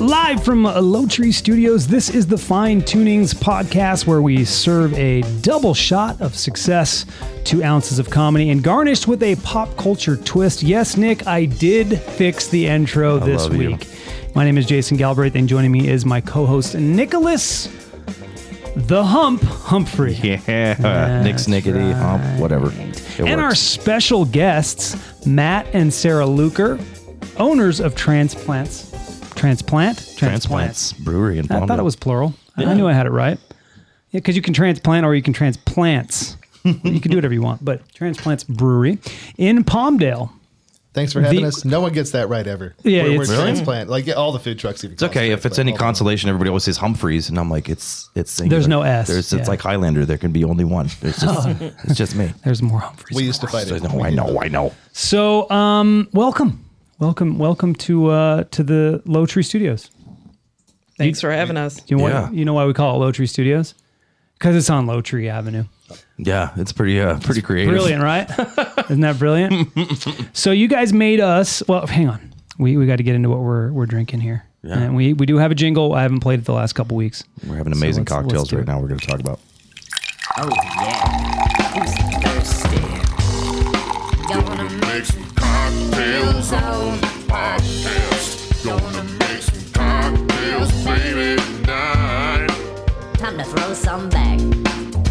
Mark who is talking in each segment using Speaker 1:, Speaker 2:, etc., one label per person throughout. Speaker 1: Live from uh, Low Tree Studios, this is the Fine Tunings podcast where we serve a double shot of success, two ounces of comedy, and garnished with a pop culture twist. Yes, Nick, I did fix the intro this
Speaker 2: love you.
Speaker 1: week. My name is Jason Galbraith, and joining me is my co host, Nicholas the Hump Humphrey.
Speaker 2: Yeah. Nick Snickety, hump, whatever. It
Speaker 1: and our
Speaker 2: works.
Speaker 1: special guests, Matt and Sarah Luker, owners of Transplants. Transplant?
Speaker 2: transplants brewery in
Speaker 1: I
Speaker 2: Palmdale.
Speaker 1: thought it was plural. I- I knew I had it right. Yeah, because you can transplant or you can transplants. you can do whatever you want, but transplants brewery in Palmdale.
Speaker 3: Thanks for having
Speaker 1: The-
Speaker 3: us. No one gets that right ever.
Speaker 1: Yeah,
Speaker 3: we're, we're
Speaker 1: it's- Really?
Speaker 3: transplant. Like yeah, all the food trucks. Even
Speaker 2: It's okay if it's any consolation. Everybody always says Humphreys, and I'm like, it's it's singular.
Speaker 1: There's no S,
Speaker 2: There's,
Speaker 1: yeah.
Speaker 2: It's like Highlander. There can be only one. There's just it's just me.
Speaker 1: There's more Humphreys.
Speaker 3: We used to fight
Speaker 2: So,
Speaker 3: it.
Speaker 2: no, I know, I know.
Speaker 1: So, um, welcome, welcome, welcome to uh, to the Low Tree Studios.
Speaker 4: Thanks for having us.
Speaker 1: You know,
Speaker 2: Yeah.
Speaker 1: why, you know why we call it Low Tree Studios? Because it's on Low Tree Avenue.
Speaker 2: Yeah, it's pretty uh pretty creative.
Speaker 1: Brilliant, right? Isn't that brilliant? so you guys made us. Well, hang on. We we got to get into what we're we're drinking here. And we we do have a jingle. I haven't played it the last couple weeks.
Speaker 2: We're having amazing
Speaker 1: let's- let's
Speaker 2: cocktails
Speaker 1: do
Speaker 2: right
Speaker 1: it.
Speaker 2: now. We're going to talk about.
Speaker 5: Oh yeah, who's thirsty? Gonna make some cocktails on the podcast. Gonna make some cocktails, baby, tonight. Time to throw some back.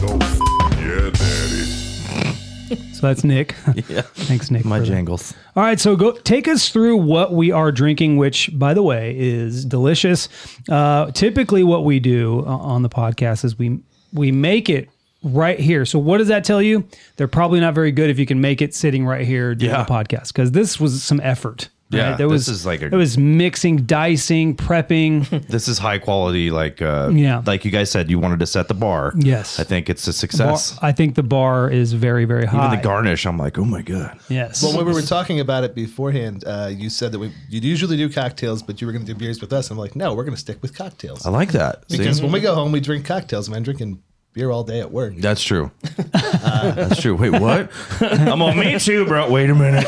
Speaker 5: Go f- yeah, daddy.
Speaker 1: So that's Nick.
Speaker 2: Yeah,
Speaker 1: Thanks, Nick.
Speaker 2: my
Speaker 1: for that.
Speaker 2: jangles.
Speaker 1: All right, so go take us through what we are drinking, which, by the way, is delicious. Uh, typically, what we do uh, on the podcast is we we make it right here. So, what does that tell you? They're probably not very good if you can make it sitting right here during
Speaker 2: Yeah.
Speaker 1: the podcast because this was some effort.
Speaker 2: Yeah,
Speaker 1: right? there was
Speaker 2: this is like a-
Speaker 1: it was mixing, dicing, prepping.
Speaker 2: This is high quality. Like uh,
Speaker 1: Yeah.
Speaker 2: like you guys said, you wanted to set the bar.
Speaker 1: Yes.
Speaker 2: I think it's a
Speaker 1: Bar-
Speaker 2: success.
Speaker 1: I think the bar is very, very high.
Speaker 2: Even the garnish, I'm like, oh my god.
Speaker 1: Yes.
Speaker 3: Well, when we were talking about it beforehand, uh, you said that we you usually do cocktails, but you were going to do beers with us. I'm like, no, we're going to stick with cocktails
Speaker 2: I like that. See?
Speaker 3: because when we go home, we drink cocktails. Man, drinking beer all day at work.
Speaker 2: That's true. That's true. Wait, what? I'm on me too, bro. Wait a minute.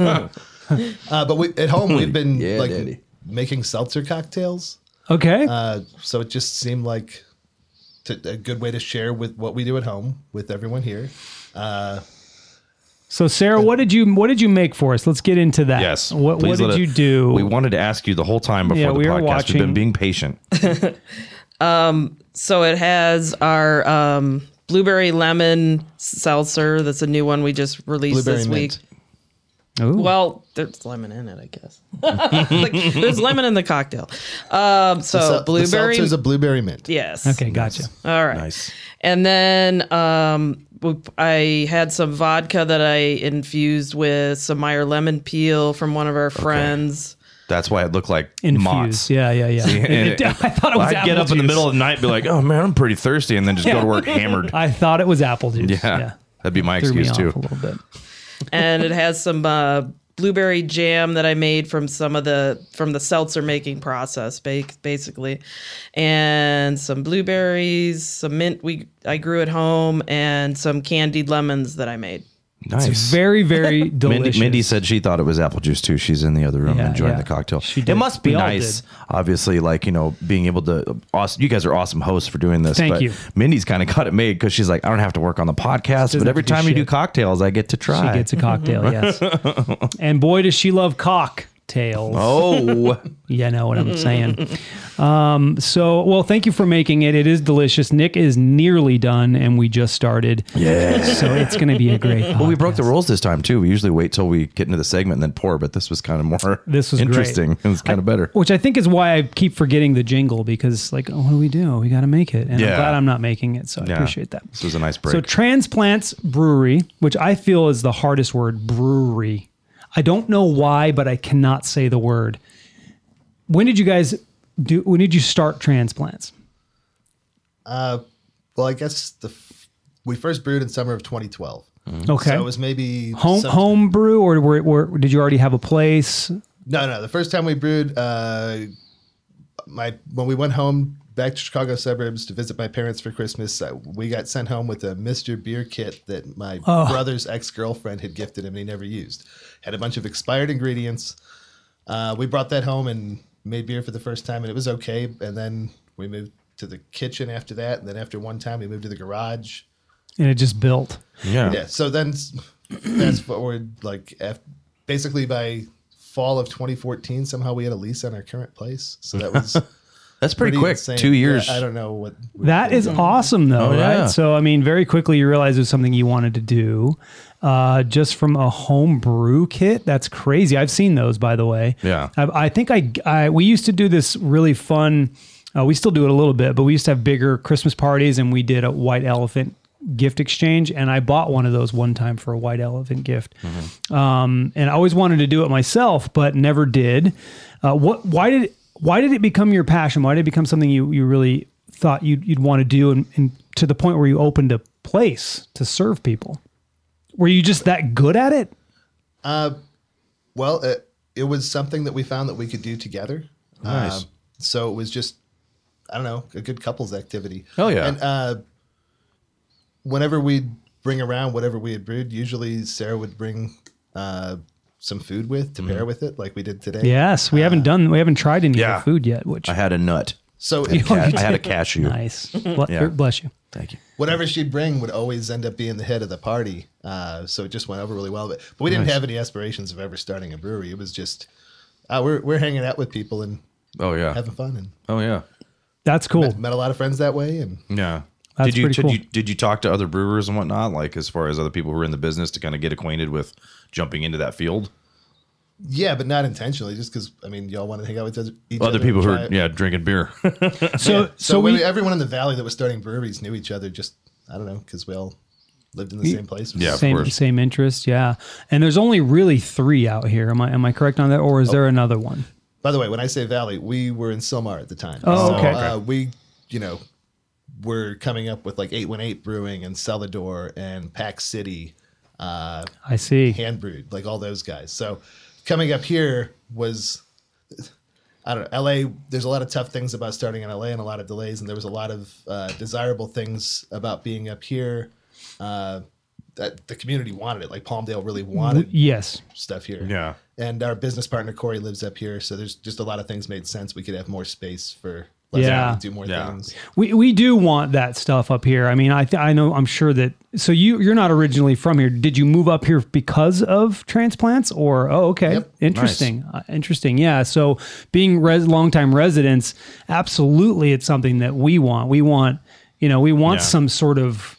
Speaker 3: Uh, but we, at home, we've been
Speaker 2: Yeah,
Speaker 3: like
Speaker 2: daddy.
Speaker 3: making seltzer cocktails.
Speaker 1: okay.
Speaker 3: Uh, so it just seemed like to, a good way to share with what we do at home with everyone here.
Speaker 1: so, Sarah, what did you what did you make for us? Let's get into that.
Speaker 2: Yes.
Speaker 1: What, what
Speaker 2: Please
Speaker 1: did
Speaker 2: let
Speaker 1: you
Speaker 2: it-
Speaker 1: do?
Speaker 2: We wanted to ask you the whole time before
Speaker 1: Yeah,
Speaker 2: the
Speaker 1: we were
Speaker 2: podcast. We've
Speaker 1: watching-
Speaker 2: been being patient.
Speaker 4: So it has our um, blueberry lemon seltzer. That's a new one we just released
Speaker 3: Blueberry
Speaker 4: this
Speaker 3: mint.
Speaker 4: week.
Speaker 1: Ooh.
Speaker 4: Well, there's lemon in it, I guess. Like, there's lemon in the cocktail. Um, so
Speaker 3: So the
Speaker 4: blueberry.
Speaker 3: seltzer's a blueberry mint.
Speaker 4: yes.
Speaker 1: okay, gotcha.
Speaker 4: All right.
Speaker 2: Nice.
Speaker 4: And then um, we- I had some vodka that I infused with some Meyer lemon peel from one of our friends.
Speaker 2: That's why it looked like
Speaker 1: Infused.
Speaker 2: moths.
Speaker 1: Yeah, yeah, yeah.
Speaker 2: and-
Speaker 1: I thought it was
Speaker 2: I'd
Speaker 1: apple
Speaker 2: get up in the
Speaker 1: juice.
Speaker 2: middle of the night and be like, oh man, I'm pretty thirsty, and then just go to work hammered.
Speaker 1: I thought it was apple juice.
Speaker 2: yeah. That'd be my
Speaker 1: Threw me
Speaker 2: excuse
Speaker 1: off
Speaker 2: too.
Speaker 1: a little bit.
Speaker 4: and it has some uh, blueberry jam that I made from some of the from the seltzer making process, ba- basically, and some blueberries, some mint we I grew at home, and some candied lemons that I made.
Speaker 2: Nice.
Speaker 1: Very, very delicious.
Speaker 2: Mindy, Mindy said she thought it was apple juice too. She's in the other room
Speaker 1: Yeah,
Speaker 2: enjoying
Speaker 1: yeah.
Speaker 2: the cocktail.
Speaker 1: She did.
Speaker 2: It must be
Speaker 1: We all
Speaker 2: nice,
Speaker 1: did.
Speaker 2: obviously, like, you know, being able to. Awesome, you guys are awesome hosts for doing this.
Speaker 1: Thank
Speaker 2: but
Speaker 1: you.
Speaker 2: Mindy's kind of cut it made because she's like, I don't have to work on the podcast, but
Speaker 1: have
Speaker 2: every
Speaker 1: to do
Speaker 2: time you do
Speaker 1: shit.
Speaker 2: cocktails, I get to try.
Speaker 1: she gets a cocktail. yes. And boy, does she love cocktails.
Speaker 2: oh,
Speaker 1: You know what I'm saying. Um, so, well, thank you for making it. It is delicious. Nick is nearly done, and we just started.
Speaker 2: yeah.
Speaker 1: So it's going to be a great.
Speaker 2: Well, we broke the rules this time too. We usually wait till we get into the segment and then pour, but this was kind of more
Speaker 1: This was great.
Speaker 2: interesting. It was kind of better.
Speaker 1: Which I think is why I keep forgetting the jingle because, like, oh, what do we do? We got to make it. And I'm
Speaker 2: Yeah.
Speaker 1: glad I'm not making it. So I
Speaker 2: Yeah.
Speaker 1: appreciate that.
Speaker 2: This was a nice break.
Speaker 1: So, Transplants Brewery, which I feel is the hardest word, brewery. I don't know why, but I cannot say the word. When did you guys do, when did you start Transplants?
Speaker 3: Well, I guess the f- we first brewed in summer of 2012.
Speaker 1: Okay.
Speaker 3: So it was maybe
Speaker 1: home
Speaker 3: some-
Speaker 1: home brew or were, were, did you already have a place?
Speaker 3: No, no. The first time we brewed, uh, my when we went home back to Chicago suburbs to visit my parents for Christmas, uh, we got sent home with a Mister Beer kit that my
Speaker 1: Oh.
Speaker 3: brother's ex girlfriend had gifted him and he never used. Had a bunch of expired ingredients. Uh, we brought that home and made beer for the first time, and it was okay. And then we moved to the kitchen after that. And then after one time, we moved to the garage.
Speaker 1: And it just built.
Speaker 2: Yeah.
Speaker 3: Yeah. So then s- fast forward, like af- basically by fall of 2014, somehow we had a lease on our current place. So that was pretty,
Speaker 2: That's pretty, quick.
Speaker 3: insane.
Speaker 2: Two years.
Speaker 3: Yeah, I don't know what. we-
Speaker 1: That is awesome, though,
Speaker 2: Oh,
Speaker 1: right?
Speaker 2: yeah.
Speaker 1: So, I mean, very quickly you realize it was something you wanted to do, uh, just from a home brew kit. That's crazy. I've seen those, by the way.
Speaker 2: Yeah.
Speaker 1: I, I think I, I we used to do this really fun. Uh, we still do it a little bit, but we used to have bigger Christmas parties, and we did a white elephant gift exchange. And I bought one of those one time for a white elephant gift, um, and I always wanted to do it myself, but never did. Uh, what? Why did? Why did it become your passion? Why did it become something you you really thought you'd you'd want to do, and, and to the point where you opened a place to serve people? Were you just that good at it?
Speaker 3: Well, it, it was something that we found that we could do together. Um,
Speaker 2: Nice.
Speaker 3: so it was just, I don't know, a good couples activity.
Speaker 2: Hell yeah.
Speaker 3: And uh, whenever we'd bring around whatever we had brewed, usually Sarah would bring uh, some food with to
Speaker 2: Mm-hmm.
Speaker 3: pair with it, like we did today.
Speaker 1: Yes, we haven't done we haven't tried any of
Speaker 2: yeah.
Speaker 1: your food yet, which
Speaker 2: I had a nut.
Speaker 3: So
Speaker 1: You
Speaker 3: it,
Speaker 1: Oh,
Speaker 2: Ca- I had a
Speaker 1: did.
Speaker 2: cashew.
Speaker 1: Nice. Bl- er,
Speaker 2: Yeah.
Speaker 1: Bless you.
Speaker 2: Thank you.
Speaker 3: whatever she'd bring would always end up being the head of the party. Uh, so it just went over really well. But, but we didn't have any aspirations of ever starting a brewery. It was just uh, we're we're hanging out with people and
Speaker 2: Oh yeah.
Speaker 3: having fun and
Speaker 2: Oh yeah.
Speaker 1: That's cool.
Speaker 3: met a lot of friends that way. And
Speaker 2: Yeah.
Speaker 1: That's
Speaker 2: did you,
Speaker 1: pretty
Speaker 2: did
Speaker 1: cool.
Speaker 2: you did you talk to other brewers and whatnot, like as far as other people who are in the business to kind of get acquainted with jumping into that field?
Speaker 3: yeah, but not intentionally, just because I mean, y'all wanted to hang out with other- each
Speaker 2: Other
Speaker 3: other
Speaker 2: people
Speaker 3: and
Speaker 2: who
Speaker 3: try
Speaker 2: are
Speaker 3: it.
Speaker 2: yeah drinking beer.
Speaker 1: So
Speaker 3: So,
Speaker 1: so we
Speaker 3: we, everyone in the valley that was starting breweries knew each other. Just I don't know because we all lived in the same place.
Speaker 2: Yeah. of
Speaker 1: same
Speaker 2: course.
Speaker 1: same interest, yeah. And there's only really three out here. Am I am I correct on that, or is there another one?
Speaker 3: By the way, when I say valley, we were in Silmar at the time.
Speaker 1: Oh, okay.
Speaker 3: Uh, we, you know, were coming up with like 818 Brewing and Celador and Pack City, uh,
Speaker 1: I see.
Speaker 3: Hand Brewed, like all those guys. So coming up here was, I don't know, LA, there's a lot of tough things about starting in LA and a lot of delays. And there was a lot of uh, desirable things about being up here. Uh, that the community wanted it, like Palmdale really wanted
Speaker 1: Yes.
Speaker 3: stuff here.
Speaker 2: Yeah.
Speaker 3: And our business partner Corey lives up here, so there's just a lot of things made sense. We could have more space for less
Speaker 1: Yeah.
Speaker 3: money, do more
Speaker 2: Yeah.
Speaker 3: things.
Speaker 1: We we do want that stuff up here. I mean, I th- I know I'm sure that. So you you're not originally from here. Did you move up here because of transplants or? Oh, okay, interesting, Uh, interesting. Yeah. So being res- longtime residents, absolutely, it's something that we want. We want you know we want
Speaker 2: Yeah.
Speaker 1: some sort of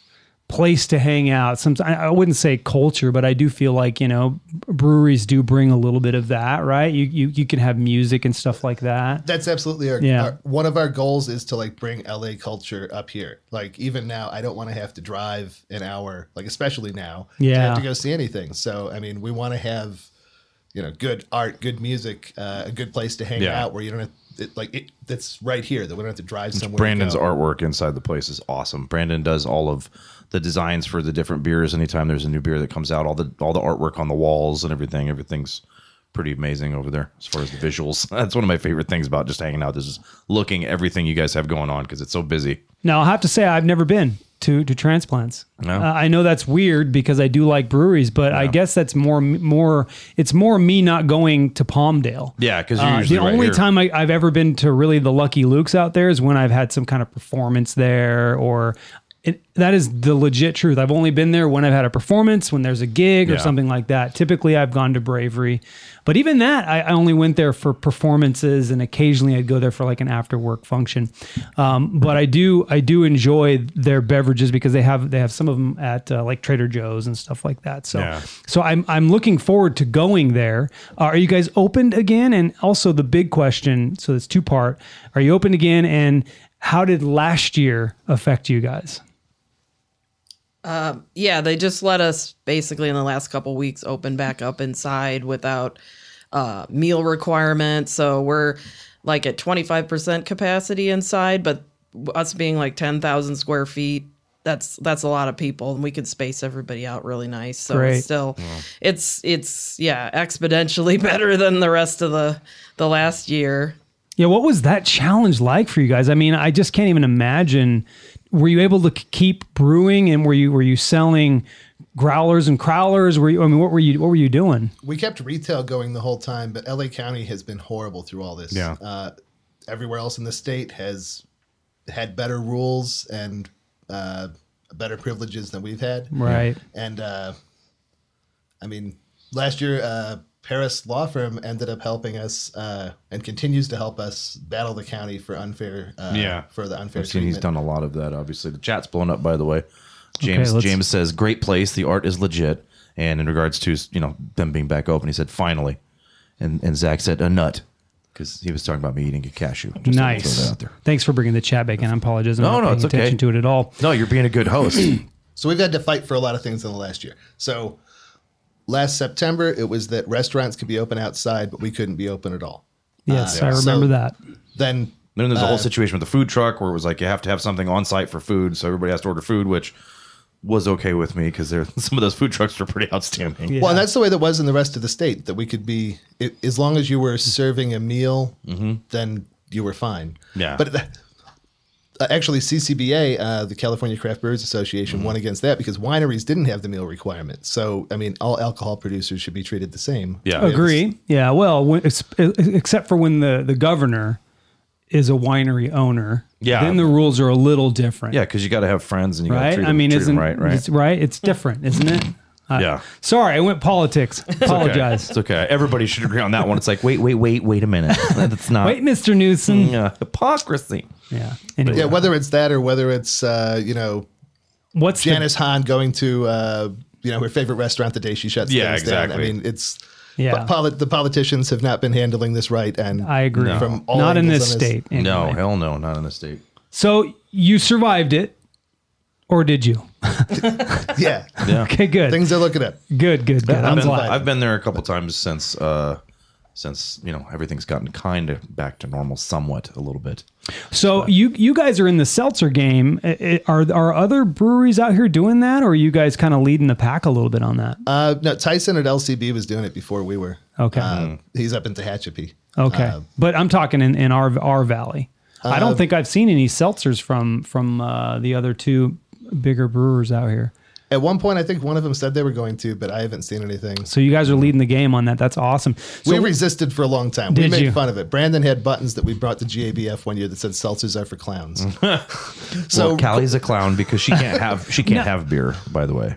Speaker 1: place to hang out. Some I I wouldn't say culture, but I do feel like you know breweries do bring a little bit of that, right? You you you can have music and stuff like that.
Speaker 3: That's absolutely our,
Speaker 1: Yeah.
Speaker 3: our- one of our goals is to like bring LA culture up here. Like even now, I don't want to have to drive an hour, like especially now, to
Speaker 1: Yeah.
Speaker 3: have to go see anything. So I mean, we want to have you know good art, good music, uh, a good place to hang
Speaker 2: Yeah.
Speaker 3: out where you don't have it, like it. That's right here that we don't have to drive somewhere. to
Speaker 2: Brandon's
Speaker 3: go.
Speaker 2: artwork inside the place is awesome. Brandon does all of the designs for the different beers. Anytime there's a new beer that comes out, all the all the artwork on the walls and everything, everything's pretty amazing over there as far as the visuals. That's one of my favorite things about just hanging out. Is just looking everything you guys have going on because it's so busy.
Speaker 1: Now, I'll have to say I've never been to to transplants.
Speaker 2: No?
Speaker 1: Uh, I know that's weird because I do like breweries, but I guess that's more more it's more me not going to Palmdale.
Speaker 2: Yeah, because
Speaker 1: Uh, the only time I, I've ever been to really the Lucky Luke's out there is when I've had some kind of performance there, or it, that is the legit truth. I've only been there when I've had a performance, when there's a gig or
Speaker 2: Yeah.
Speaker 1: something like that. Typically, I've gone to Bravery, but even that, I, I only went there for performances, and occasionally I'd go there for like an after work function. Um, but I do, I do enjoy their beverages because they have they have some of them at uh, like Trader Joe's and stuff like that. So.
Speaker 2: Yeah.
Speaker 1: So I'm I'm looking forward to going there. Uh, are you guys opened again? And also the big question. So it's two part. Are you open again? And how did last year affect you guys?
Speaker 4: yeah, they just let us basically in the last couple weeks open back up inside without uh, meal requirement. So we're like at 25% capacity inside, but us being like 10,000 square feet that's that's a lot of people, and we can space everybody out really nice. So
Speaker 1: Great.
Speaker 4: it's still, it's it's yeah, exponentially better than the rest of the the last year.
Speaker 1: Yeah, what was that challenge like for you guys? I mean, I just can't even imagine. Were you able to k- keep brewing, and were you were you selling growlers and crowlers? Were you? I mean, what were you what were you doing?
Speaker 3: we kept retail going the whole time, but LA County has been horrible through all this.
Speaker 2: Yeah.
Speaker 3: Uh, everywhere else in the state has had better rules and uh, better privileges than we've had.
Speaker 1: Right.
Speaker 3: And uh, I mean, last year, uh, Paris Law Firm ended up helping us uh, and continues to help us battle the county for unfair. Uh,
Speaker 2: Yeah.
Speaker 3: For the unfair
Speaker 2: I've seen
Speaker 3: treatment.
Speaker 2: he's done a lot of that. Obviously, the chat's blown up. By the way, James
Speaker 1: let's-
Speaker 2: James says great place. The art is legit. And in regards to you know them being back open, he said finally, and and Zach said a nut because he was talking about me eating a cashew. Just to throw that
Speaker 1: Nice.
Speaker 2: out there.
Speaker 1: Thanks for bringing the chat back in. I apologize. I'm
Speaker 2: No,
Speaker 1: not
Speaker 2: no,
Speaker 1: paying
Speaker 2: it's okay. Ah,
Speaker 1: attention to it at all.
Speaker 2: No, you're being a good host.
Speaker 3: So we've had to fight for a lot of things in the last year. So last September, it was that restaurants could be open outside, but we couldn't be open at all.
Speaker 1: Yes,
Speaker 3: Uh,
Speaker 1: I
Speaker 3: so-
Speaker 1: remember that.
Speaker 3: Then
Speaker 2: then there's a whole situation with the food truck where it was like you have to have something on site for food, so everybody has to order food, which was okay with me because there some of those food trucks are pretty outstanding.
Speaker 3: Well, and that's the way that was in the rest of the state that we could be, i as long as you were
Speaker 2: Mm-hmm.
Speaker 3: serving a meal, then you were fine.
Speaker 2: Yeah.
Speaker 3: But that, uh, actually, CCBA, uh, the California Craft Brewers Association,
Speaker 2: Mm-hmm.
Speaker 3: won against that because wineries didn't have the meal requirement. So, I mean, all alcohol producers should be treated the same.
Speaker 2: Yeah.
Speaker 1: Agree. Yeah. Well, when, ex- except for when the the governor is a winery owner.
Speaker 2: Yeah.
Speaker 1: Then the rules are a little different.
Speaker 2: Yeah, because you got to have friends and you got to
Speaker 1: Right.
Speaker 2: treat
Speaker 1: I
Speaker 2: them-
Speaker 1: mean,
Speaker 2: treat
Speaker 1: isn't
Speaker 2: them right, right?
Speaker 1: It's, right? It's different, isn't it? Uh,
Speaker 2: yeah.
Speaker 1: Sorry, I went politics.
Speaker 2: Okay.
Speaker 1: Apologize.
Speaker 2: It's okay. Everybody should agree on that one. It's like, wait, wait, wait, wait a minute. That's not
Speaker 1: Wait, Mr. Newsom.
Speaker 2: uh, hypocrisy.
Speaker 1: Yeah. Anyway,
Speaker 3: Mm. Yeah, whether it's that or whether it's, uh, you know,
Speaker 1: what's the-
Speaker 3: Janice Hahn going to, uh, you know, her favorite restaurant the day she shuts
Speaker 2: Yeah,
Speaker 3: things down. I
Speaker 2: exactly.
Speaker 3: mean, it's,
Speaker 1: Yeah.
Speaker 3: but poli- the politicians have not been handling this right. And
Speaker 1: I agree.
Speaker 3: From all
Speaker 1: Not in
Speaker 3: angles
Speaker 1: this
Speaker 3: on this.
Speaker 1: state.
Speaker 2: No,
Speaker 1: anyway.
Speaker 2: hell no, not in the state.
Speaker 1: So you survived it, or did you?
Speaker 3: yeah,
Speaker 1: Okay, good.
Speaker 3: things are looking up.
Speaker 1: good, good, good. I'm
Speaker 2: I've been,
Speaker 1: glad.
Speaker 2: I've been there a couple times since uh, since you know everything's gotten kind of back to normal, somewhat a little bit.
Speaker 1: So you you guys are in the seltzer game. I- I- Are are other breweries out here doing that, or are you guys kind of leading the pack a little bit on that?
Speaker 3: Uh, no, Tyson at LCB was doing it before we were.
Speaker 1: Okay.
Speaker 3: Uh, he's up in Tehachapi.
Speaker 1: Okay,
Speaker 3: Uh,
Speaker 1: but I'm talking in, in our our valley. I don't think I've seen any seltzers from from uh, the other two bigger brewers out here.
Speaker 3: at one point, I think one of them said they were going to, but I haven't seen anything.
Speaker 1: So you guys are leading the game on that. That's awesome. So
Speaker 3: we resisted for a long time. We
Speaker 1: Did
Speaker 3: made
Speaker 1: you?
Speaker 3: fun of it. Brandon had buttons that we brought to GABF one year that said seltzers are for clowns.
Speaker 1: Mm.
Speaker 3: so
Speaker 2: well, Callie's a clown because she can't have she can't have beer. By the way,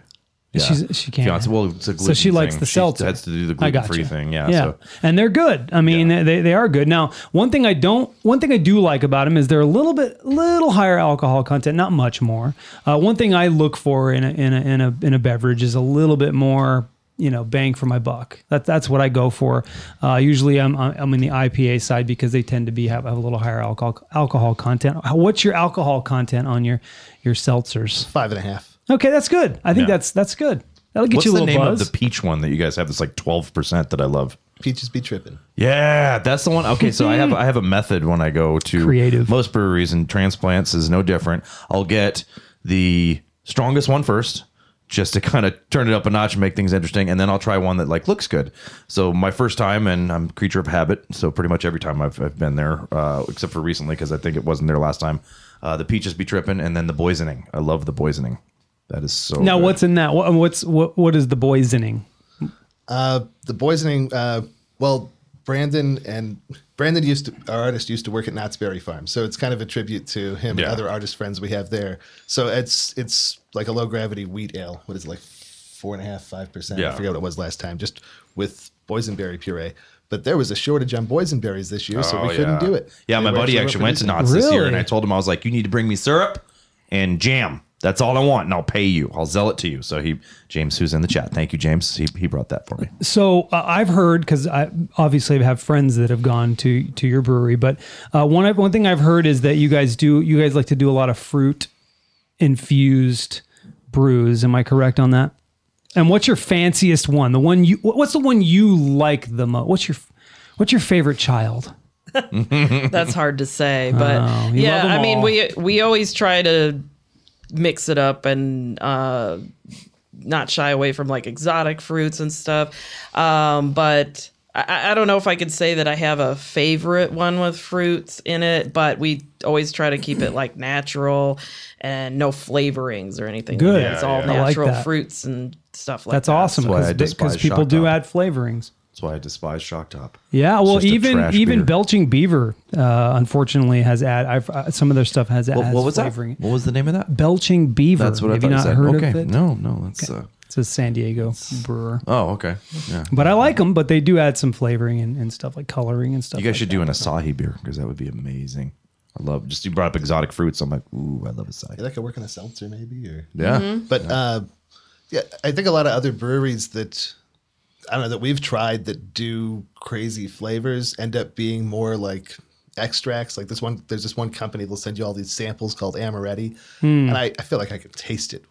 Speaker 2: yeah.
Speaker 1: She's- she can't.
Speaker 2: Fiance- well, it's a
Speaker 1: So she
Speaker 2: gluten
Speaker 1: likes
Speaker 2: thing.
Speaker 1: the
Speaker 2: She
Speaker 1: seltzer.
Speaker 2: has to do the
Speaker 1: I
Speaker 2: gluten
Speaker 1: got
Speaker 2: free
Speaker 1: you.
Speaker 2: thing. Yeah,
Speaker 1: yeah.
Speaker 2: so
Speaker 1: And they're good. I mean, they, they are good. Now, one thing I don't, one thing I do like about them is they're a little bit, little higher alcohol content, not much more. Uh, one thing I look for in a, in a, in a, in a beverage is a little bit more, you know, bang for my buck. That, that's what I go for. Uh, usually I'm, I'm in the IPA side because they tend to be, have, have a little higher alcohol, alcohol content. How- What's your alcohol content on your, your seltzers?
Speaker 3: five and a half.
Speaker 1: Okay. That's good. I think that's, that's good. That'll get
Speaker 2: what's
Speaker 1: you a
Speaker 2: the
Speaker 1: little
Speaker 2: name
Speaker 1: buzz.
Speaker 2: of the peach one that you guys have? That's like twelve percent that I love.
Speaker 3: Peaches be tripping.
Speaker 2: Yeah, that's the one. Okay, so I have I have a method when I go to
Speaker 1: Creative.
Speaker 2: most breweries and transplants is no different. I'll get the strongest one first just to kind of turn it up a notch and make things interesting and then I'll try one that like looks good. So my first time and I'm a creature of habit, so pretty much every time I've, I've been there uh, except for recently cuz I think it wasn't there last time. Uh, the peaches be tripping and then the boisoning. I love the boisoning. That is so
Speaker 1: Now,
Speaker 2: good.
Speaker 1: what's in that? What, what's what? What is the boisoning?
Speaker 3: Uh, the poisoning. Uh, well, Brandon and Brandon used to our artist used to work at Knott's Berry Farm, so it's kind of a tribute to him
Speaker 2: Yeah.
Speaker 3: and other artist friends we have there. So it's it's like a low gravity wheat ale. What is it like four and a half five percent?
Speaker 2: Yeah.
Speaker 3: I forget what it was last time. Just with boysenberry puree. But there was a shortage on boysenberries this year, so
Speaker 2: Oh,
Speaker 3: we couldn't
Speaker 2: yeah.
Speaker 3: do it.
Speaker 2: Yeah,
Speaker 3: They
Speaker 2: my
Speaker 3: were
Speaker 2: buddy actually went to Knott's this year, and
Speaker 1: Really?
Speaker 2: I told him I was like, "You need to bring me syrup and jam. That's all I want, and I'll pay you. I'll sell it to you." So he, James, who's in the chat, thank you, James. He, he brought that for me.
Speaker 1: So uh, I've heard because I obviously have friends that have gone to to your brewery, but uh, one I've- one thing I've heard is that you guys do you guys like to do a lot of fruit infused brews. Am I correct on that? And what's your fanciest one? The one you wh- what's the one you like the most? What's your what's your favorite child?
Speaker 4: That's hard to say, but
Speaker 1: Oh, you love
Speaker 4: yeah,
Speaker 1: 'em
Speaker 4: I mean,
Speaker 1: all.
Speaker 4: we we always try to mix it up and uh, not shy away from like exotic fruits and stuff. Um, but I, I don't know if I could say that I have a favorite one with fruits in it, but we always try to keep it like natural and no flavorings or anything. like
Speaker 1: Good.
Speaker 4: that. It's all
Speaker 1: Yeah, yeah. I like
Speaker 4: natural
Speaker 1: that.
Speaker 4: fruits and stuff like
Speaker 1: That's
Speaker 4: that.
Speaker 1: awesome
Speaker 2: why I
Speaker 1: because
Speaker 2: despise
Speaker 1: people
Speaker 2: shock
Speaker 1: do
Speaker 2: top.
Speaker 1: add flavorings.
Speaker 2: That's why I despise shock top.
Speaker 1: Yeah, well,
Speaker 2: just a
Speaker 1: even
Speaker 2: trash
Speaker 1: even
Speaker 2: beer.
Speaker 1: belching beaver, uh, unfortunately, has add I've, uh, some of their stuff has
Speaker 2: What,
Speaker 1: has
Speaker 2: what was that?
Speaker 1: flavoring.
Speaker 2: What was the name of that?
Speaker 1: Belching beaver.
Speaker 2: That's what
Speaker 1: Have
Speaker 2: I
Speaker 1: you not
Speaker 2: thought you said.
Speaker 1: heard
Speaker 2: okay.
Speaker 1: of it?
Speaker 2: No, no, that's uh,
Speaker 1: It's a San Diego brewer.
Speaker 2: oh okay. Yeah,
Speaker 1: But I like them, but they do add some flavoring and, and stuff like coloring and stuff.
Speaker 2: you guys
Speaker 1: like
Speaker 2: should
Speaker 1: that.
Speaker 2: do an Asahi beer because that would be amazing. I love just you brought up exotic fruits. I'm like, ooh, I love Asahi. Mm-hmm.
Speaker 3: that could work on a seltzer maybe or
Speaker 2: Yeah,
Speaker 3: But uh, yeah, I think a lot of other breweries that I don't know that we've tried that do crazy flavors end up being more like extracts. Like this one, there's this one company that'll send you all these samples called amaretti, and I, I feel like I can taste it.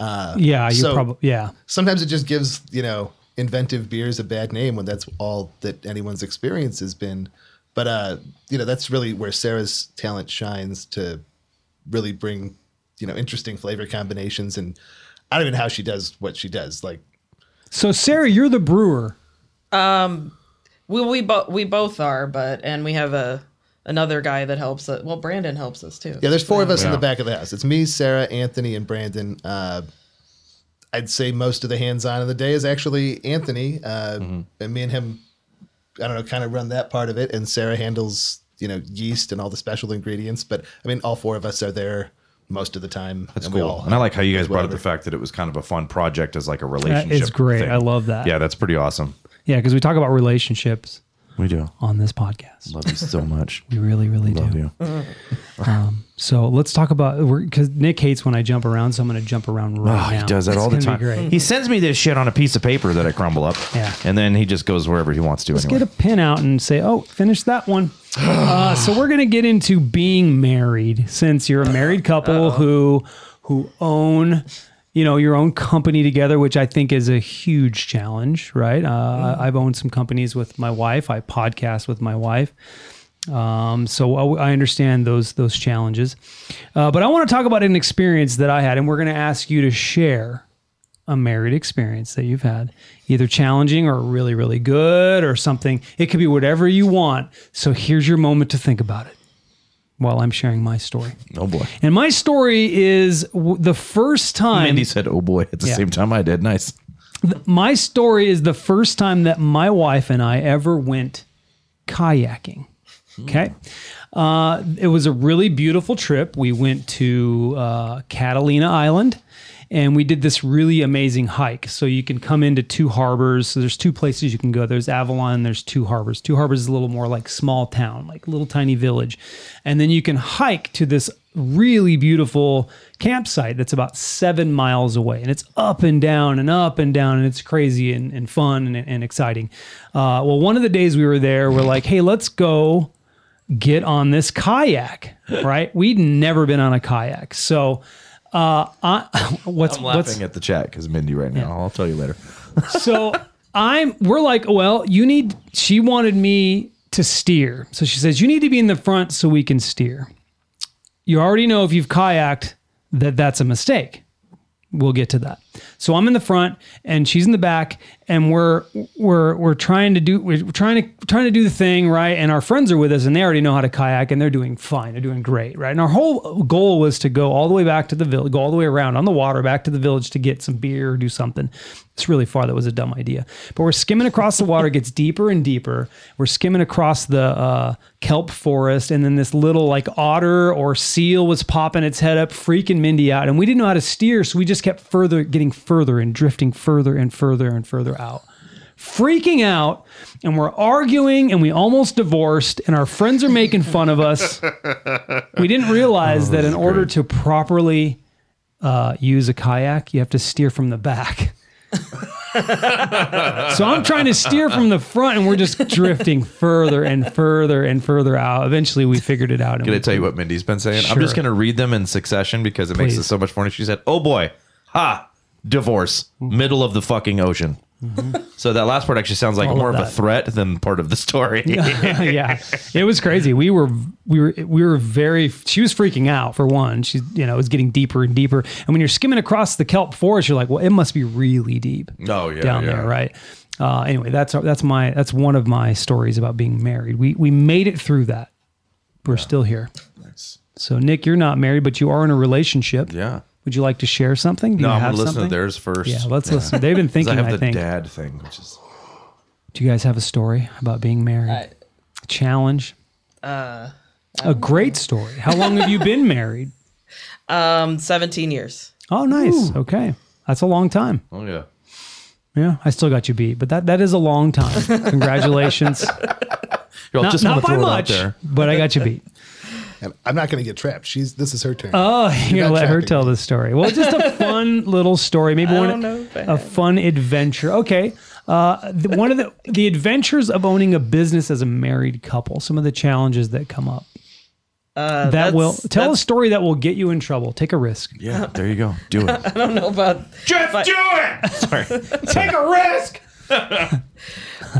Speaker 1: Yeah, you
Speaker 3: So-
Speaker 1: probably yeah.
Speaker 3: Sometimes it just gives you know inventive beers a bad name when that's all that anyone's experience has been. But uh, you know that's really where Sarah's talent shines to really bring you know interesting flavor combinations and. I don't even know how she does what she does. Like
Speaker 1: So Sarah, you're the brewer.
Speaker 4: We we both we both are, but and we have a another guy that helps us. Well, Brandon helps us too.
Speaker 3: Yeah, there's four of us in
Speaker 2: Yeah.
Speaker 3: the back of the house. It's me, Sarah, Anthony, and Brandon. Uh, I'd say most of the hands-on of the day is actually Anthony, uh,
Speaker 2: Mm-hmm.
Speaker 3: and me and him. I don't know, kind of run that part of it, and Sarah handles you know yeast and all the special ingredients. But I mean, all four of us are there most of the time.
Speaker 2: That's
Speaker 3: and we
Speaker 2: cool.
Speaker 3: all-
Speaker 2: And I like how you guys brought up
Speaker 3: whatever.
Speaker 2: the fact that it was kind of a fun project as like a
Speaker 1: That
Speaker 2: relationship.
Speaker 1: is great.
Speaker 2: thing.
Speaker 1: I love that.
Speaker 2: Yeah, that's pretty awesome.
Speaker 1: yeah, because we talk about relationships
Speaker 2: We do.
Speaker 1: on this podcast.
Speaker 2: Love you so much.
Speaker 1: We really, really
Speaker 2: Love
Speaker 1: do. Oh,
Speaker 2: you.
Speaker 1: So let's talk about because Nick hates when I jump around, so I'm going to jump around
Speaker 2: Oh,
Speaker 1: right now.
Speaker 2: he does that
Speaker 1: It's
Speaker 2: all the
Speaker 1: gonna
Speaker 2: time.
Speaker 1: be great.
Speaker 2: He sends me this shit on a piece of paper that I crumble up.
Speaker 1: Yeah.
Speaker 2: And then he just goes wherever he wants to
Speaker 1: Let's
Speaker 2: anyway.
Speaker 1: get a pin out and say, "Oh, finish that one." uh, so we're gonna get into being married, since you're a married couple who who own, you know, your own company together, which I think is a huge challenge, right? Uh, I- I've owned some companies with my wife. I podcast with my wife. Um, so I, I understand those those challenges, uh, but I want to talk about an experience that I had, and we're going to ask you to share a married experience that you've had, either challenging or really really good or something. It could be whatever you want. So here's your moment to think about it while I'm sharing my story.
Speaker 2: oh boy.
Speaker 1: And my story is w- the first time
Speaker 2: Andy said, oh boy, at the
Speaker 1: Yeah.
Speaker 2: same time I did. Nice.
Speaker 1: my story is the first time that my wife and I ever went kayaking. Okay. Uh, it was a really beautiful trip. We went to uh, Catalina Island and we did this really amazing hike. So you can come into two harbors. So there's two places you can go there's Avalon, and there's two harbors. Two harbors is a little more like small town, like little tiny village. And then you can hike to this really beautiful campsite that's about seven miles away and it's up and down and up and down and it's crazy and, and fun and, and exciting uh, well one of the days we were there we're like hey let's go get on this kayak right we'd never been on a kayak so uh, I, what's
Speaker 2: I'm
Speaker 1: what's
Speaker 2: laughing at the chat because Mindy right now. I'll tell you later.
Speaker 1: so I'm we're like, well, you need she wanted me to steer. So she says, you need to be in the front so we can steer. You already know if you've kayaked that that's a mistake. We'll get to that. So I'm in the front and she's in the back and we're we're we're trying to do we're trying to trying to do the thing, right? And our friends are with us and they already know how to kayak and they're doing fine. They're doing great, right? And our whole goal was to go all the way back to the village, go all the way around on the water back to the village to get some beer or do something. It's really far. That was a dumb idea. But we're skimming across the water, gets deeper and deeper. We're skimming across the uh, kelp forest, and then this little like otter or seal was popping its head up, freaking Mindy out. And we didn't know how to steer, so we just kept further, getting further and drifting further and further and further out. Freaking out, and we're arguing, and we almost divorced, and our friends are making fun of us. We didn't realize that in order to properly uh, use a kayak, you have to steer from the back. So I'm trying to steer from the front, and we're just drifting further and further and further out. Eventually, we figured it out. And
Speaker 2: Can I
Speaker 1: we,
Speaker 2: tell you what Mindy's been saying? I'm
Speaker 1: Sure.
Speaker 2: just going to read them in succession because it makes
Speaker 1: Please. Mm-hmm.
Speaker 2: it so much funny. She said, oh boy, ha, divorce, middle of the fucking ocean. So that last part actually sounds like
Speaker 1: All of
Speaker 2: more of, a
Speaker 1: that.
Speaker 2: threat than part of the story.
Speaker 1: yeah, it was crazy. We were we were we were very. She was freaking out for one. She you know it was getting deeper and deeper. And when you're skimming across the kelp forest, you're like, well, it must be really deep.
Speaker 2: Oh, yeah,
Speaker 1: down
Speaker 2: yeah.
Speaker 1: there, right? Uh, anyway, that's that's my that's one of my stories about being married. We we made it through that. We're still here. So Nick, you're not married, but you are in a relationship.
Speaker 2: yeah.
Speaker 1: Would you like to share something? Do
Speaker 2: No,
Speaker 1: you
Speaker 2: I'm
Speaker 1: have
Speaker 2: gonna listen
Speaker 1: something?
Speaker 2: to theirs first.
Speaker 1: Yeah, let's listen. They've been
Speaker 2: 'Cause
Speaker 1: thinking.
Speaker 2: I
Speaker 1: I,
Speaker 2: have the
Speaker 1: think.
Speaker 2: dad thing, which is
Speaker 1: Do you guys have a story about being married?
Speaker 4: I-
Speaker 1: Challenge. Uh, a great story. How long have you been married?
Speaker 4: Um, 17 years.
Speaker 1: Oh, nice. Okay, that's a long time.
Speaker 2: oh yeah.
Speaker 1: Yeah, I still got you beat, but that that is a long time. Congratulations.
Speaker 2: Y'all
Speaker 1: not
Speaker 2: just
Speaker 1: not
Speaker 2: want to
Speaker 1: by
Speaker 2: throw
Speaker 1: much,
Speaker 2: it out there.
Speaker 1: but I got you beat.
Speaker 3: And I'm not going to get trapped. She's this is her turn.
Speaker 1: Oh, you're gonna
Speaker 3: not
Speaker 1: let her
Speaker 3: trapping
Speaker 1: tell this story. Well, just a fun little story. Maybe one
Speaker 4: don't know if I
Speaker 1: a
Speaker 4: have.
Speaker 1: fun adventure. Okay, uh, the, one of the the adventures of owning a business as a married couple. Some of the challenges that come up. Uh, that
Speaker 4: that's-
Speaker 1: will tell a
Speaker 4: that's-
Speaker 1: story that will get you in trouble. Take a risk.
Speaker 2: Yeah, there you go. Do it.
Speaker 4: I don't know about
Speaker 2: Sorry.
Speaker 1: Take a risk.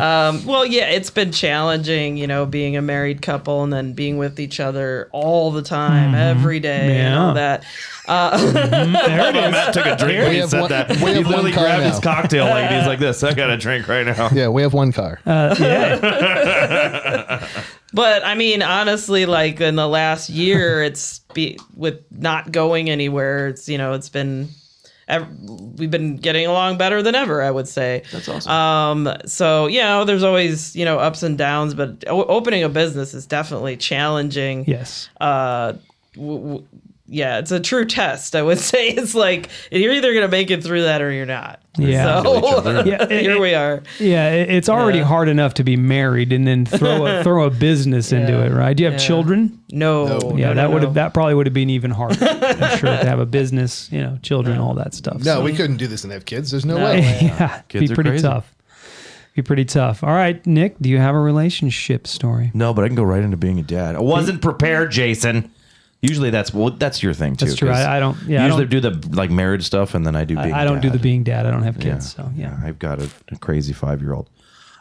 Speaker 4: Well, yeah, it's been challenging, you know, being a married couple and then being with each other all the time, every day, and all
Speaker 1: Yeah.
Speaker 4: that.
Speaker 1: There it is.
Speaker 2: Matt took a drink when
Speaker 3: We
Speaker 2: he
Speaker 3: have
Speaker 2: said
Speaker 3: one-
Speaker 2: that.
Speaker 3: we
Speaker 2: He
Speaker 3: have one
Speaker 2: literally
Speaker 3: car
Speaker 2: grabbed his
Speaker 3: now.
Speaker 2: cocktail like he's like this. I got a drink right now.
Speaker 3: yeah, we have one car.
Speaker 4: But I mean, honestly, like in the last year, it's be with not going anywhere. It's you know, it's been ev- we've been getting along better than ever. I would say that's awesome. Um, so you know, there's always you know ups and downs, but o- opening a business is definitely challenging.
Speaker 1: Yes.
Speaker 4: uh, w- w- yeah, it's a true test. I would say it's like you're either gonna make it through that or you're not.
Speaker 1: Yeah.
Speaker 4: So
Speaker 1: Yeah, it-
Speaker 4: here we are.
Speaker 1: Yeah, it- it's already
Speaker 4: Yeah.
Speaker 1: hard enough to be married and then throw a, throw a business into it, right? Do you have children?
Speaker 4: No,
Speaker 1: Yeah, that
Speaker 4: no, no,
Speaker 1: would have
Speaker 4: no.
Speaker 1: that probably would have been even harder. I'm sure to have a business, you know, children, all that stuff.
Speaker 3: No,
Speaker 1: So-
Speaker 3: we couldn't do this and have kids. There's no, way.
Speaker 1: yeah,
Speaker 2: Kids
Speaker 1: be
Speaker 2: are
Speaker 1: pretty
Speaker 2: crazy.
Speaker 1: tough. Be pretty tough. All right, Nick, do you have a relationship story?
Speaker 2: No, but I can go right into being a dad. I wasn't prepared, Jason. Usually that's well, that's your thing too.
Speaker 1: That's true.
Speaker 2: 'cause
Speaker 1: I- I don't- yeah, I
Speaker 2: usually
Speaker 1: don't-
Speaker 2: do the like marriage stuff, and then I do. Being
Speaker 1: I don't do
Speaker 2: dad.
Speaker 1: the being dad. I don't have kids, so yeah.
Speaker 2: I've got a, a crazy five year old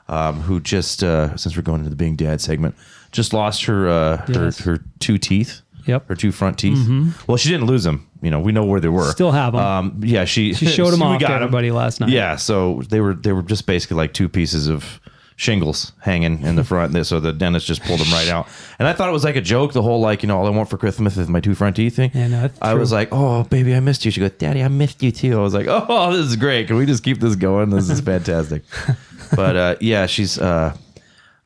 Speaker 2: um, who just uh, since we're going into the being dad segment, just lost her uh,
Speaker 1: Yes.
Speaker 2: her her two teeth.
Speaker 1: Yep. Mm-hmm.
Speaker 2: her two front teeth. Well, she didn't lose them. You know, we know where they were.
Speaker 1: Still have 'em.
Speaker 2: Um, yeah, she
Speaker 1: She showed 'em
Speaker 2: we
Speaker 1: off to
Speaker 2: 'em.
Speaker 1: everybody last night.
Speaker 2: Yeah, so they were they were just basically like two pieces of shingles hanging in the front. There, so the dentist just pulled them right out. And I thought it was like a joke. The whole like you know all I want for Christmas is my two front teeth thing.
Speaker 1: Yeah, no, that's
Speaker 2: I
Speaker 1: true.
Speaker 2: was like, oh baby, I missed you. She goes, daddy, I missed you too. I was like, oh, this is great. Can we just keep this going? This is fantastic. but uh, yeah, she's. Uh,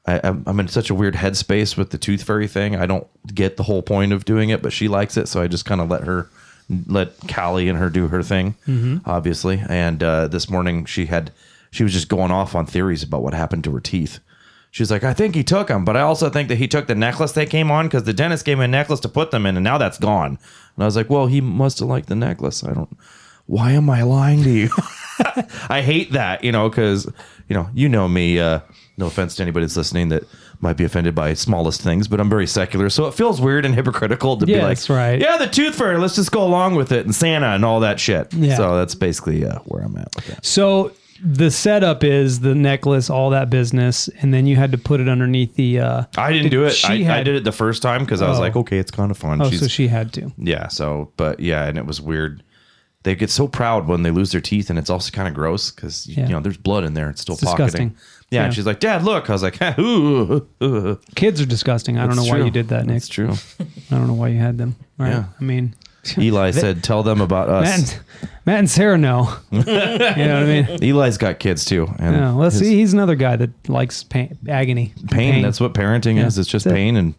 Speaker 2: I, I'm I'm in such a weird headspace with the tooth fairy thing. I don't get the whole point of doing it, but she likes it, so I just kind of let her, let Callie and her do her thing, obviously. And uh, this morning she had, she was just going off on theories about what happened to her teeth. She's like, I think he took them, but I also think that he took the necklace they came on because the dentist gave me a necklace to put them in, and now that's gone. And I was like, well, he must have liked the necklace. I don't. Why am I lying to you? I hate that, you know, because you know, you know me. Uh, no offense to anybody that's listening that might be offended by smallest things, but I'm very secular, so it feels weird and hypocritical to be
Speaker 1: Yeah,
Speaker 2: like,
Speaker 1: that's right.
Speaker 2: Yeah, the tooth fairy. Let's just go along with it and Santa and all that shit.
Speaker 1: Yeah.
Speaker 2: So that's basically uh, where I'm at with that.
Speaker 1: So the setup is the necklace, all that business, and then you had to put it underneath the. Uh,
Speaker 2: I didn't do it.
Speaker 1: She
Speaker 2: I, I
Speaker 1: had-
Speaker 2: did it the first time because I was
Speaker 1: Oh.
Speaker 2: like, okay, it's kind of fun.
Speaker 1: oh,
Speaker 2: She's-
Speaker 1: so she had to.
Speaker 2: yeah. So, but yeah, and it was weird. They get so proud when they lose their teeth, and it's also kind of gross because
Speaker 1: Yeah.
Speaker 2: you know there's blood in there. It's still
Speaker 1: It's
Speaker 2: pocketing.
Speaker 1: disgusting.
Speaker 2: Yeah, and
Speaker 1: Yeah.
Speaker 2: she's like, "Dad, look." I was like, "Ooh, ooh,
Speaker 1: Kids are disgusting. I don't know why you did that, Nick.
Speaker 2: It's true.
Speaker 1: I don't know why you had them. Right?
Speaker 2: Yeah.
Speaker 1: I mean,
Speaker 2: Eli said, "Tell them about
Speaker 1: Matt
Speaker 2: us."
Speaker 1: and, Matt and Sarah know. you know what I mean?
Speaker 2: Eli's got kids too, and
Speaker 1: Yeah, well,
Speaker 2: his
Speaker 1: see, he's another guy that likes pain, agony,
Speaker 2: pain, That's what parenting is. It's just
Speaker 1: that's it.
Speaker 2: pain and.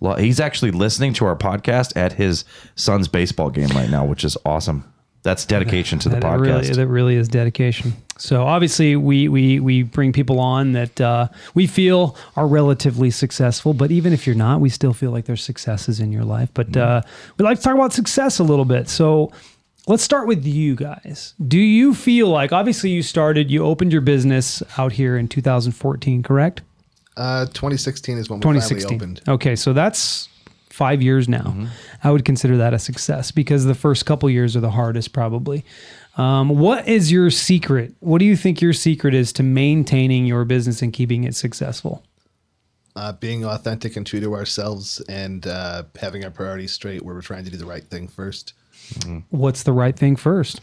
Speaker 2: lo- He's actually listening to our podcast at his son's baseball game right now, which is awesome. That's dedication to the
Speaker 1: that it really,
Speaker 2: podcast.
Speaker 1: that really is dedication. So obviously, we we we bring people on that uh, we feel are relatively successful, but even if you're not, we still feel like there's successes in your life.
Speaker 2: Mm-hmm.
Speaker 1: But uh, we like to talk about success a little bit. So. Let's start with you guys. Do you feel like obviously you started, you opened your business out here in 2014, correct?
Speaker 3: Uh, 2016 is when we
Speaker 1: 2016.
Speaker 3: finally opened.
Speaker 1: Okay, so that's five
Speaker 2: Mm-hmm.
Speaker 1: years now. I would consider that a success because the first couple years are the hardest, probably. Um, what is your secret? What do you think your secret is to maintaining your business and keeping it successful?
Speaker 3: uh, being authentic and true to ourselves and uh, having our priorities straight where we're trying to do the right thing first.
Speaker 1: What's the right thing first?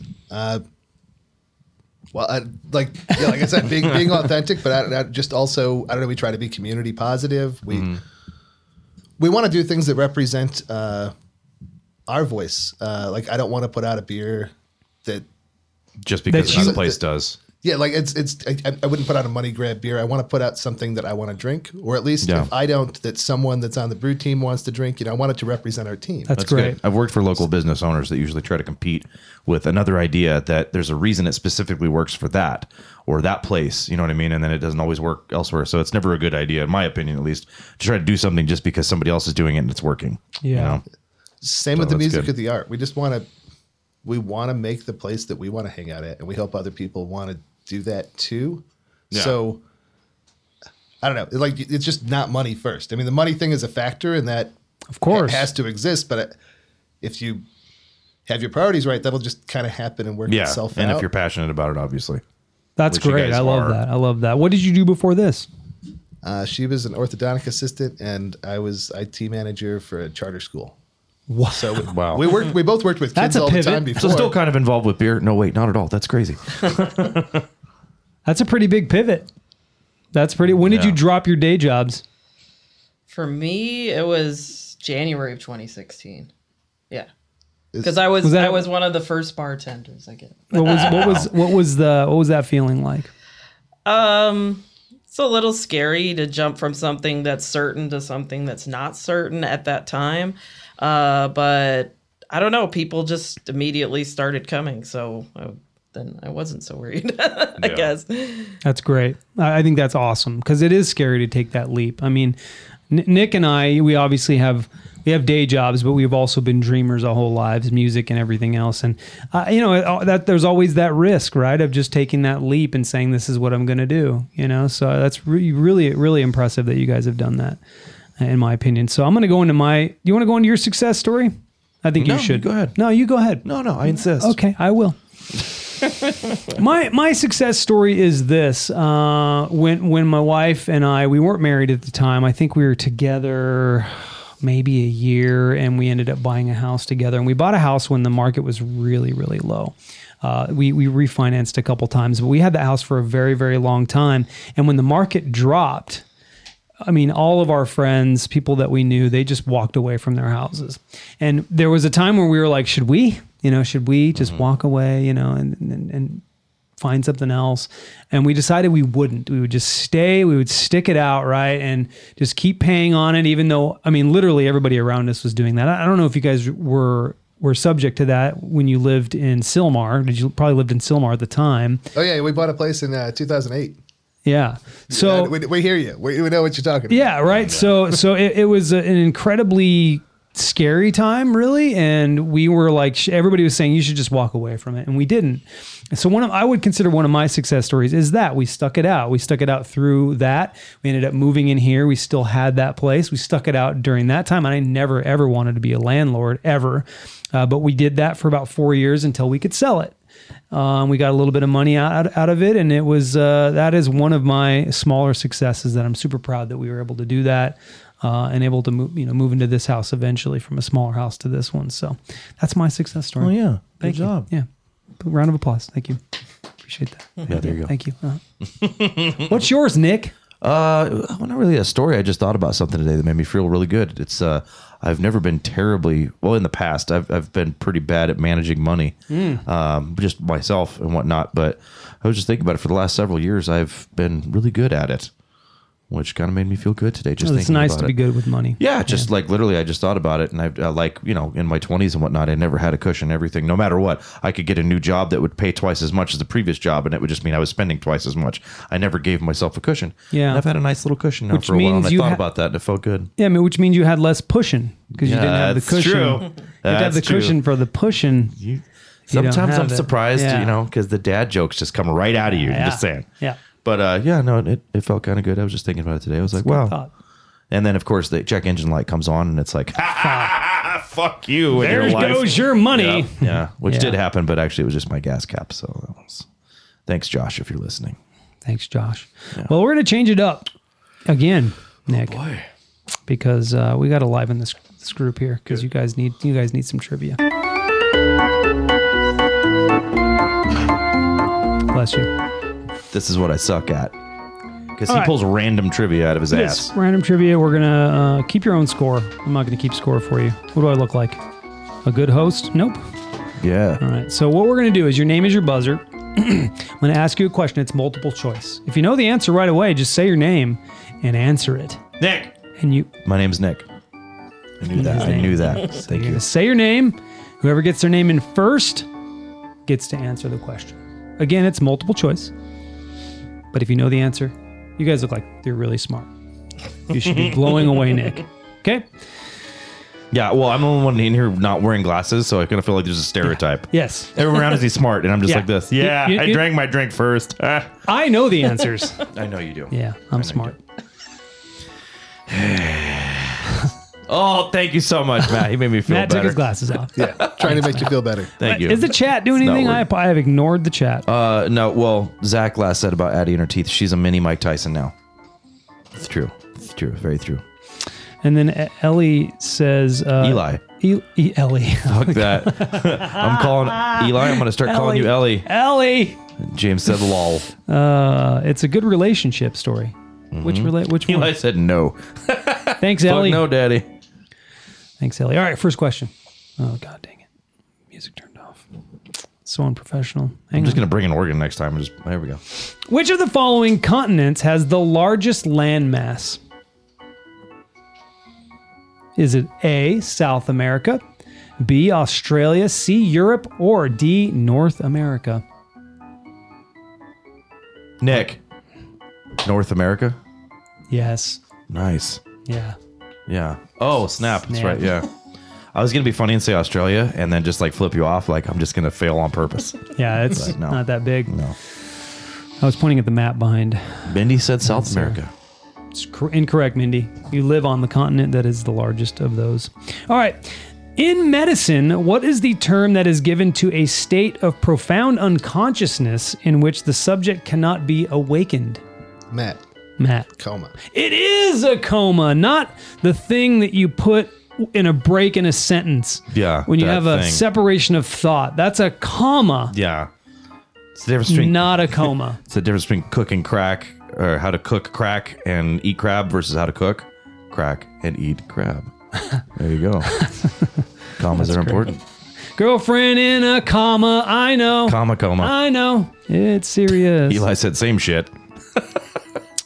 Speaker 3: Well, I, like yeah, like I said, being being authentic, but I, I just also I don't know. We try to be community positive. We we want to do things that represent uh, our voice. Uh, like I don't want to put out a beer that
Speaker 2: just because
Speaker 1: That
Speaker 2: another
Speaker 1: you-
Speaker 2: place does.
Speaker 3: yeah, like it's it's I, I- I wouldn't put out a money grab beer. I want to put out something that I want to drink, or at least
Speaker 2: Yeah.
Speaker 3: if I don't, that someone that's on the brew team wants to drink. You know, I want it to represent our team.
Speaker 1: That's,
Speaker 2: That's
Speaker 1: great.
Speaker 2: good. Uh, I've worked for local business owners that usually try to compete with another idea that there's a reason it specifically works for that or that place. You know what I mean? And then it doesn't always work elsewhere. So it's never a good idea, in my opinion, at least, to try to do something just because somebody else is doing it and it's working. you
Speaker 1: Yeah.
Speaker 2: know?
Speaker 3: Same
Speaker 2: So
Speaker 3: with the
Speaker 2: Oh, that's
Speaker 3: music
Speaker 2: good.
Speaker 3: of the art. We just want to we want to make the place that we want to hang out at, and we hope other people want to do that too.
Speaker 2: Yeah.
Speaker 3: So I don't know. It's Like it's just not money first. I mean, the money thing is a factor, and that
Speaker 1: Of course.
Speaker 3: has to exist. But it- if you have your priorities right, that'll just kind of happen and work
Speaker 2: Yeah.
Speaker 3: itself
Speaker 2: And
Speaker 3: out.
Speaker 2: if you're passionate about it, obviously.
Speaker 1: That's
Speaker 2: which you
Speaker 1: great.
Speaker 2: guys
Speaker 1: I love
Speaker 2: are.
Speaker 1: that. I love that. What did you do before this?
Speaker 3: uh, she was an orthodontic assistant, and I was IT manager for a charter school.
Speaker 1: Wow.
Speaker 3: So we,
Speaker 2: Wow.
Speaker 3: we worked. We both worked with
Speaker 1: That's
Speaker 3: kids
Speaker 1: a
Speaker 3: all
Speaker 1: pivot.
Speaker 3: the time
Speaker 1: So
Speaker 3: before.
Speaker 2: So still kind of involved with beer. No, wait, not at all. That's crazy.
Speaker 1: That's a pretty big pivot. That's pretty. When did
Speaker 2: Yeah.
Speaker 1: you drop your day jobs?
Speaker 4: For me, it was January of 2016. Yeah.
Speaker 3: It's-
Speaker 4: Because I was,
Speaker 1: Was that-
Speaker 4: I was one of the first bartenders. I get
Speaker 1: What was what was what was the what was that feeling like?
Speaker 4: it's a little scary to jump from something that's certain to something that's not certain at that time. Uh, but I don't know. People just immediately started coming, so I, then I wasn't so worried. I guess.
Speaker 1: That's great. I I think that's awesome because it is scary to take that leap. I mean, N- Nick and I, we obviously have we have day jobs, but we've also been dreamers our whole lives, music and everything else. And uh, you know uh, that there's always that risk, right, of just taking that leap and saying this is what I'm going to do. You know, so uh, that's re- really really impressive that you guys have done that, in my opinion. So I'm going to go into my. You want to go into your success story? I think
Speaker 2: No,
Speaker 1: you should
Speaker 2: go ahead.
Speaker 1: No, you go ahead.
Speaker 2: No, no, I insist.
Speaker 1: Okay, I will. my my success story is this: uh, when when my wife and I we weren't married at the time. I think we were together maybe a year, and we ended up buying a house together. And we bought a house when the market was really really low. Uh, we we refinanced a couple times, but we had the house for a very very long time. And when the market dropped. I mean, all of our friends, people that we knew, they just walked away from their houses. And there was a time where we were like, should we, you know, should we just walk away, you know, and, and, and find something else? And we decided we wouldn't. We would just stay, we would stick it out, right? And just keep paying on it, even though, I mean, literally everybody around us was doing that. I I don't know if you guys were were subject to that when you lived in Silmar. Did you probably lived in Silmar at the time?
Speaker 3: oh yeah, we bought a place in uh, 2008.
Speaker 1: Yeah. So
Speaker 3: Uh, we, we hear you. We, we know what you're talking. about.
Speaker 1: Yeah, right. So so it, it was a- an incredibly scary time, really, and we were like sh- everybody was saying you should just walk away from it, and we didn't. So one of I would consider one of my success stories is that we stuck it out. We stuck it out through that. We ended up moving in here. We still had that place. We stuck it out during that time, and I never ever wanted to be a landlord ever. Uh, but we did that for about four years until we could sell it. Um, we got a little bit of money out, out of it, and it was uh, that is one of my smaller successes that I'm super proud that we were able to do that uh, and able to move you know move into this house eventually from a smaller house to this one. So that's my success story.
Speaker 2: Oh, yeah. Good
Speaker 1: thank you.
Speaker 2: job.
Speaker 1: Yeah, round of applause. Thank you. Appreciate that.
Speaker 2: Yeah, there you go.
Speaker 1: Thank you. Uh-huh. What's yours, Nick?
Speaker 2: Uh, well, not really a story. I just thought about something today that made me feel really good. It's uh, I've never been terribly well in the past. I've I've been pretty bad at managing money,
Speaker 1: Hmm.
Speaker 2: um, just myself and whatnot. But I was just thinking about it for the last several years. I've been really good at it, which kind of made me feel good today. Just
Speaker 1: It's
Speaker 2: thinking
Speaker 1: nice
Speaker 2: about
Speaker 1: to
Speaker 2: it.
Speaker 1: be good with money.
Speaker 2: Yeah, just like literally, I just thought about it, and I uh, like you know in my twenties and whatnot, I never had a cushion. Everything, no matter what, I could get a new job that would pay twice as much as the previous job, and it would just mean I was spending twice as much. I never gave myself a cushion.
Speaker 1: Yeah.
Speaker 2: and I've had a nice little cushion now
Speaker 1: Which
Speaker 2: for a while, and
Speaker 1: means
Speaker 2: I
Speaker 1: you
Speaker 2: thought
Speaker 1: ha-
Speaker 2: about that, and it felt good.
Speaker 1: Yeah, I mean, which means you had less pushing because you
Speaker 2: Yeah,
Speaker 1: didn't have the
Speaker 2: that's
Speaker 1: cushion.
Speaker 2: true.
Speaker 1: You had to have
Speaker 2: That's
Speaker 1: the
Speaker 2: true.
Speaker 1: cushion for the pushing.
Speaker 2: You,
Speaker 1: You don't
Speaker 2: sometimes I'm
Speaker 1: have it.
Speaker 2: surprised,
Speaker 1: Yeah.
Speaker 2: you know, because the dad jokes just come right out of you.
Speaker 1: Yeah.
Speaker 2: Just saying.
Speaker 1: Yeah.
Speaker 2: But uh, yeah, no, it, it felt kind of good. I was just Oh. thinking about it today. I was like, wow.
Speaker 1: thought.
Speaker 2: And then of course the check engine light comes on, and it's like, fuck you. and
Speaker 1: There
Speaker 2: your life.
Speaker 1: goes your money.
Speaker 2: Yeah, yeah, which
Speaker 1: Yeah.
Speaker 2: did happen, but actually it was just my gas cap. So that was. Thanks, Josh, if you're listening.
Speaker 1: Thanks, Josh. Well, we're going to change it up again, Nick,
Speaker 2: Oh, Boy.
Speaker 1: because uh, we got to liven this, this group here because you guys need you guys need some trivia. Bless you.
Speaker 2: This is what I suck at. Because he
Speaker 1: All right.
Speaker 2: pulls random trivia out of his
Speaker 1: Yes.
Speaker 2: ass.
Speaker 1: Random trivia. We're gonna uh, keep your own score. I'm not gonna keep score for you. What do I look like? A good host? Nope.
Speaker 2: Yeah.
Speaker 1: All right. So what we're gonna do is your name is your buzzer. I'm gonna ask you a question. It's multiple choice. If you know the answer right away, just say your name and answer it.
Speaker 2: Nick.
Speaker 1: And you
Speaker 2: My name's Nick. I knew that. I knew that. Thank
Speaker 1: You're
Speaker 2: you.
Speaker 1: gonna say your name. Whoever gets their name in first gets to answer the question. Again, it's multiple choice. But if you know the answer, you guys look like you're really smart. You should be blowing away Nick. Okay?
Speaker 2: Yeah, well, I'm the only one in here not wearing glasses, so I kind of feel like there's a stereotype.
Speaker 1: Yes.
Speaker 2: Everyone around is he's smart, and I'm just
Speaker 1: Yeah.
Speaker 2: like this.
Speaker 1: You-
Speaker 2: Yeah,
Speaker 1: you-
Speaker 2: I
Speaker 1: you-
Speaker 2: drank my drink first. Ah.
Speaker 1: I know the answers.
Speaker 2: I know you do.
Speaker 1: yeah, I'm smart.
Speaker 2: Oh, thank you so much, Matt. He made me feel
Speaker 1: Matt
Speaker 2: better.
Speaker 1: took his glasses off.
Speaker 3: Yeah, trying to make you feel better.
Speaker 2: Thank you.
Speaker 1: Is the chat doing
Speaker 2: It's not
Speaker 1: anything? I,
Speaker 2: working.
Speaker 1: I have ignored the chat.
Speaker 2: Uh, no, well, Zach last said about Addie and her teeth. She's a mini Mike Tyson now. It's true. It's true. Very true.
Speaker 1: and then E- Ellie says, uh,
Speaker 2: Eli.
Speaker 1: E- E- Ellie.
Speaker 2: Fuck that. I'm calling Eli. I'm going to start calling you Ellie.
Speaker 1: Ellie.
Speaker 2: James said lol.
Speaker 1: Uh, it's a good relationship story. Which relate? Which one?
Speaker 2: Eli said no.
Speaker 1: Thanks,
Speaker 2: Mm-hmm. Fuck
Speaker 1: Ellie.
Speaker 2: no, daddy.
Speaker 1: Thanks, Ellie. All right, first question. Oh God, dang it! Music turned off. So unprofessional. Hang
Speaker 2: I'm
Speaker 1: on.
Speaker 2: just going to bring an organ next time. and Just There we go.
Speaker 1: Which of the following continents has the largest landmass? Is it A, South America, B, Australia, C, Europe, or D, North America?
Speaker 2: Nick. North America?
Speaker 1: Yes.
Speaker 2: Nice.
Speaker 1: Yeah.
Speaker 2: Yeah. Oh, snap. That's
Speaker 1: Snap.
Speaker 2: right. Yeah. I was going to be funny and say Australia and then just like flip you off. Like, I'm just going to fail on purpose.
Speaker 1: Yeah, it's
Speaker 2: But no.
Speaker 1: not that big.
Speaker 2: No.
Speaker 1: I was pointing at the map behind.
Speaker 2: Bendy said South America.
Speaker 1: It's cor- incorrect, Mindy. You live on the continent that is the largest of those. All right. In medicine, what is the term that is given to a state of profound unconsciousness in which the subject cannot be awakened?
Speaker 3: Matt,
Speaker 1: Matt.
Speaker 3: coma.
Speaker 1: It is a coma, not the thing that you put in a break in a sentence.
Speaker 2: Yeah,
Speaker 1: When you
Speaker 2: that
Speaker 1: have a
Speaker 2: thing.
Speaker 1: separation of thought. That's a comma,
Speaker 2: Yeah. It's the difference between
Speaker 1: not a coma.
Speaker 2: it's the difference between cook and crack or how to cook crack and eat crab versus how to cook crack and eat crab. There you go. Commas are important.
Speaker 1: Girlfriend in a comma. I know.
Speaker 2: Comma coma.
Speaker 1: I know. It's serious.
Speaker 2: Eli said same shit.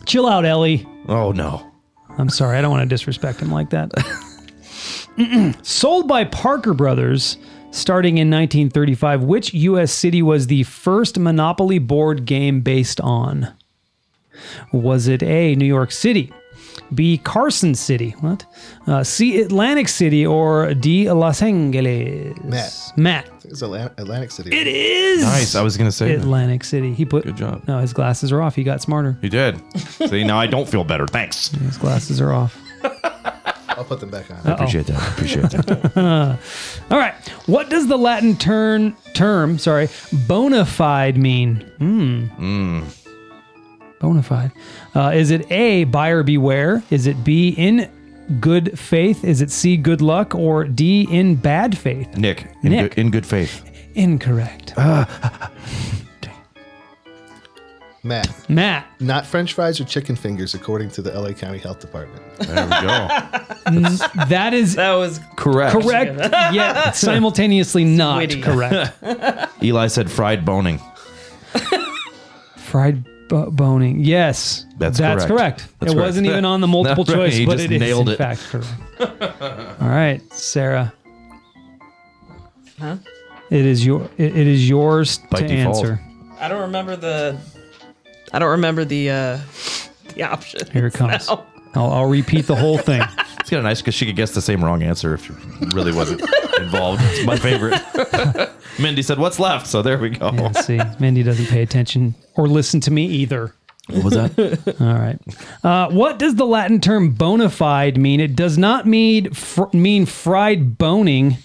Speaker 1: Chill out, Ellie.
Speaker 2: Oh no.
Speaker 1: I'm sorry, I don't want to disrespect him like that. Mm-mm. Sold by Parker Brothers starting in 1935, which U.S. city was the first Monopoly board game based on? Was it A, New York City? B, Carson City? What? Uh, C, Atlantic City? Or D, Los Angeles?
Speaker 3: Matt.
Speaker 1: Matt.
Speaker 3: It's Atlan- Atlantic City.
Speaker 1: It is
Speaker 2: Nice. I was gonna say that.
Speaker 1: Atlantic City. He put.
Speaker 2: Good job.
Speaker 1: No, his glasses are off. He got smarter.
Speaker 2: You did. See now I don't feel better. Thanks.
Speaker 1: His glasses are off.
Speaker 3: I'll put them back on.
Speaker 1: oh.
Speaker 2: Appreciate that. Appreciate that.
Speaker 1: All right. What does the Latin turn, term, sorry, bona fide mean? Hmm. Bona fide. Uh, is it A, buyer beware? Is it B, in good faith? Is it C, good luck? Or D, in bad faith?
Speaker 2: Nick, in,
Speaker 1: Nick.
Speaker 2: Good, in good faith.
Speaker 1: Incorrect.
Speaker 4: Uh,
Speaker 3: Matt,
Speaker 1: Matt,
Speaker 3: not French fries or chicken fingers, according to the LA County Health Department.
Speaker 2: There we go.
Speaker 1: that is
Speaker 4: That was
Speaker 2: Correct.
Speaker 1: correct, yet simultaneously not
Speaker 4: witty.
Speaker 1: correct.
Speaker 2: Eli said fried boning.
Speaker 1: Fried bo- boning. Yes,
Speaker 2: That's
Speaker 1: correct.
Speaker 2: correct. That's
Speaker 1: it
Speaker 2: correct.
Speaker 1: wasn't even on the multiple
Speaker 2: That's right.
Speaker 1: choice,
Speaker 2: He
Speaker 1: but
Speaker 2: just
Speaker 1: it is
Speaker 2: nailed
Speaker 1: in
Speaker 2: it.
Speaker 1: fact correct. All right, Sarah.
Speaker 4: Huh?
Speaker 1: It is your. It, it is yours
Speaker 2: By
Speaker 1: to
Speaker 2: default.
Speaker 1: answer.
Speaker 4: I don't remember the I don't remember the uh the option.
Speaker 1: Here it comes. I'll, I'll repeat the whole thing.
Speaker 2: It's kind of nice because she could guess the same wrong answer if she really wasn't involved. It's my favorite. Mindy said, "What's left?" So there we go.
Speaker 1: Let's see. Mindy doesn't pay attention or listen to me either.
Speaker 2: What was that?
Speaker 1: All right. Uh, what does the Latin term bona fide mean? It does not mean fr- mean fried boning.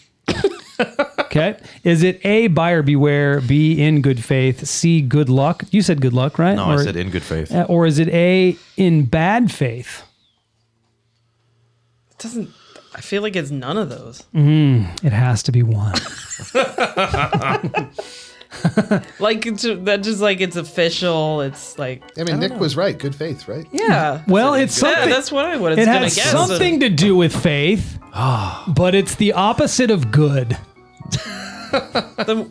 Speaker 1: okay. Is it A, buyer beware, B, in good faith, C, good luck? You said good luck, right?
Speaker 2: No, I said in good faith.
Speaker 1: uh, Or is it A, in bad faith?
Speaker 4: It doesn't. I feel like it's none of those.
Speaker 1: It has to be one.
Speaker 4: Like it's, that, just like it's official. It's like
Speaker 3: I mean, Nick was right. Good faith, right?
Speaker 4: yeah.
Speaker 1: Well, it's
Speaker 4: yeah,
Speaker 1: something.
Speaker 4: that's what I would.
Speaker 1: it
Speaker 4: gonna
Speaker 1: has
Speaker 4: guess.
Speaker 1: something to do with faith,
Speaker 2: Ah.
Speaker 1: but it's the opposite of good.
Speaker 4: The-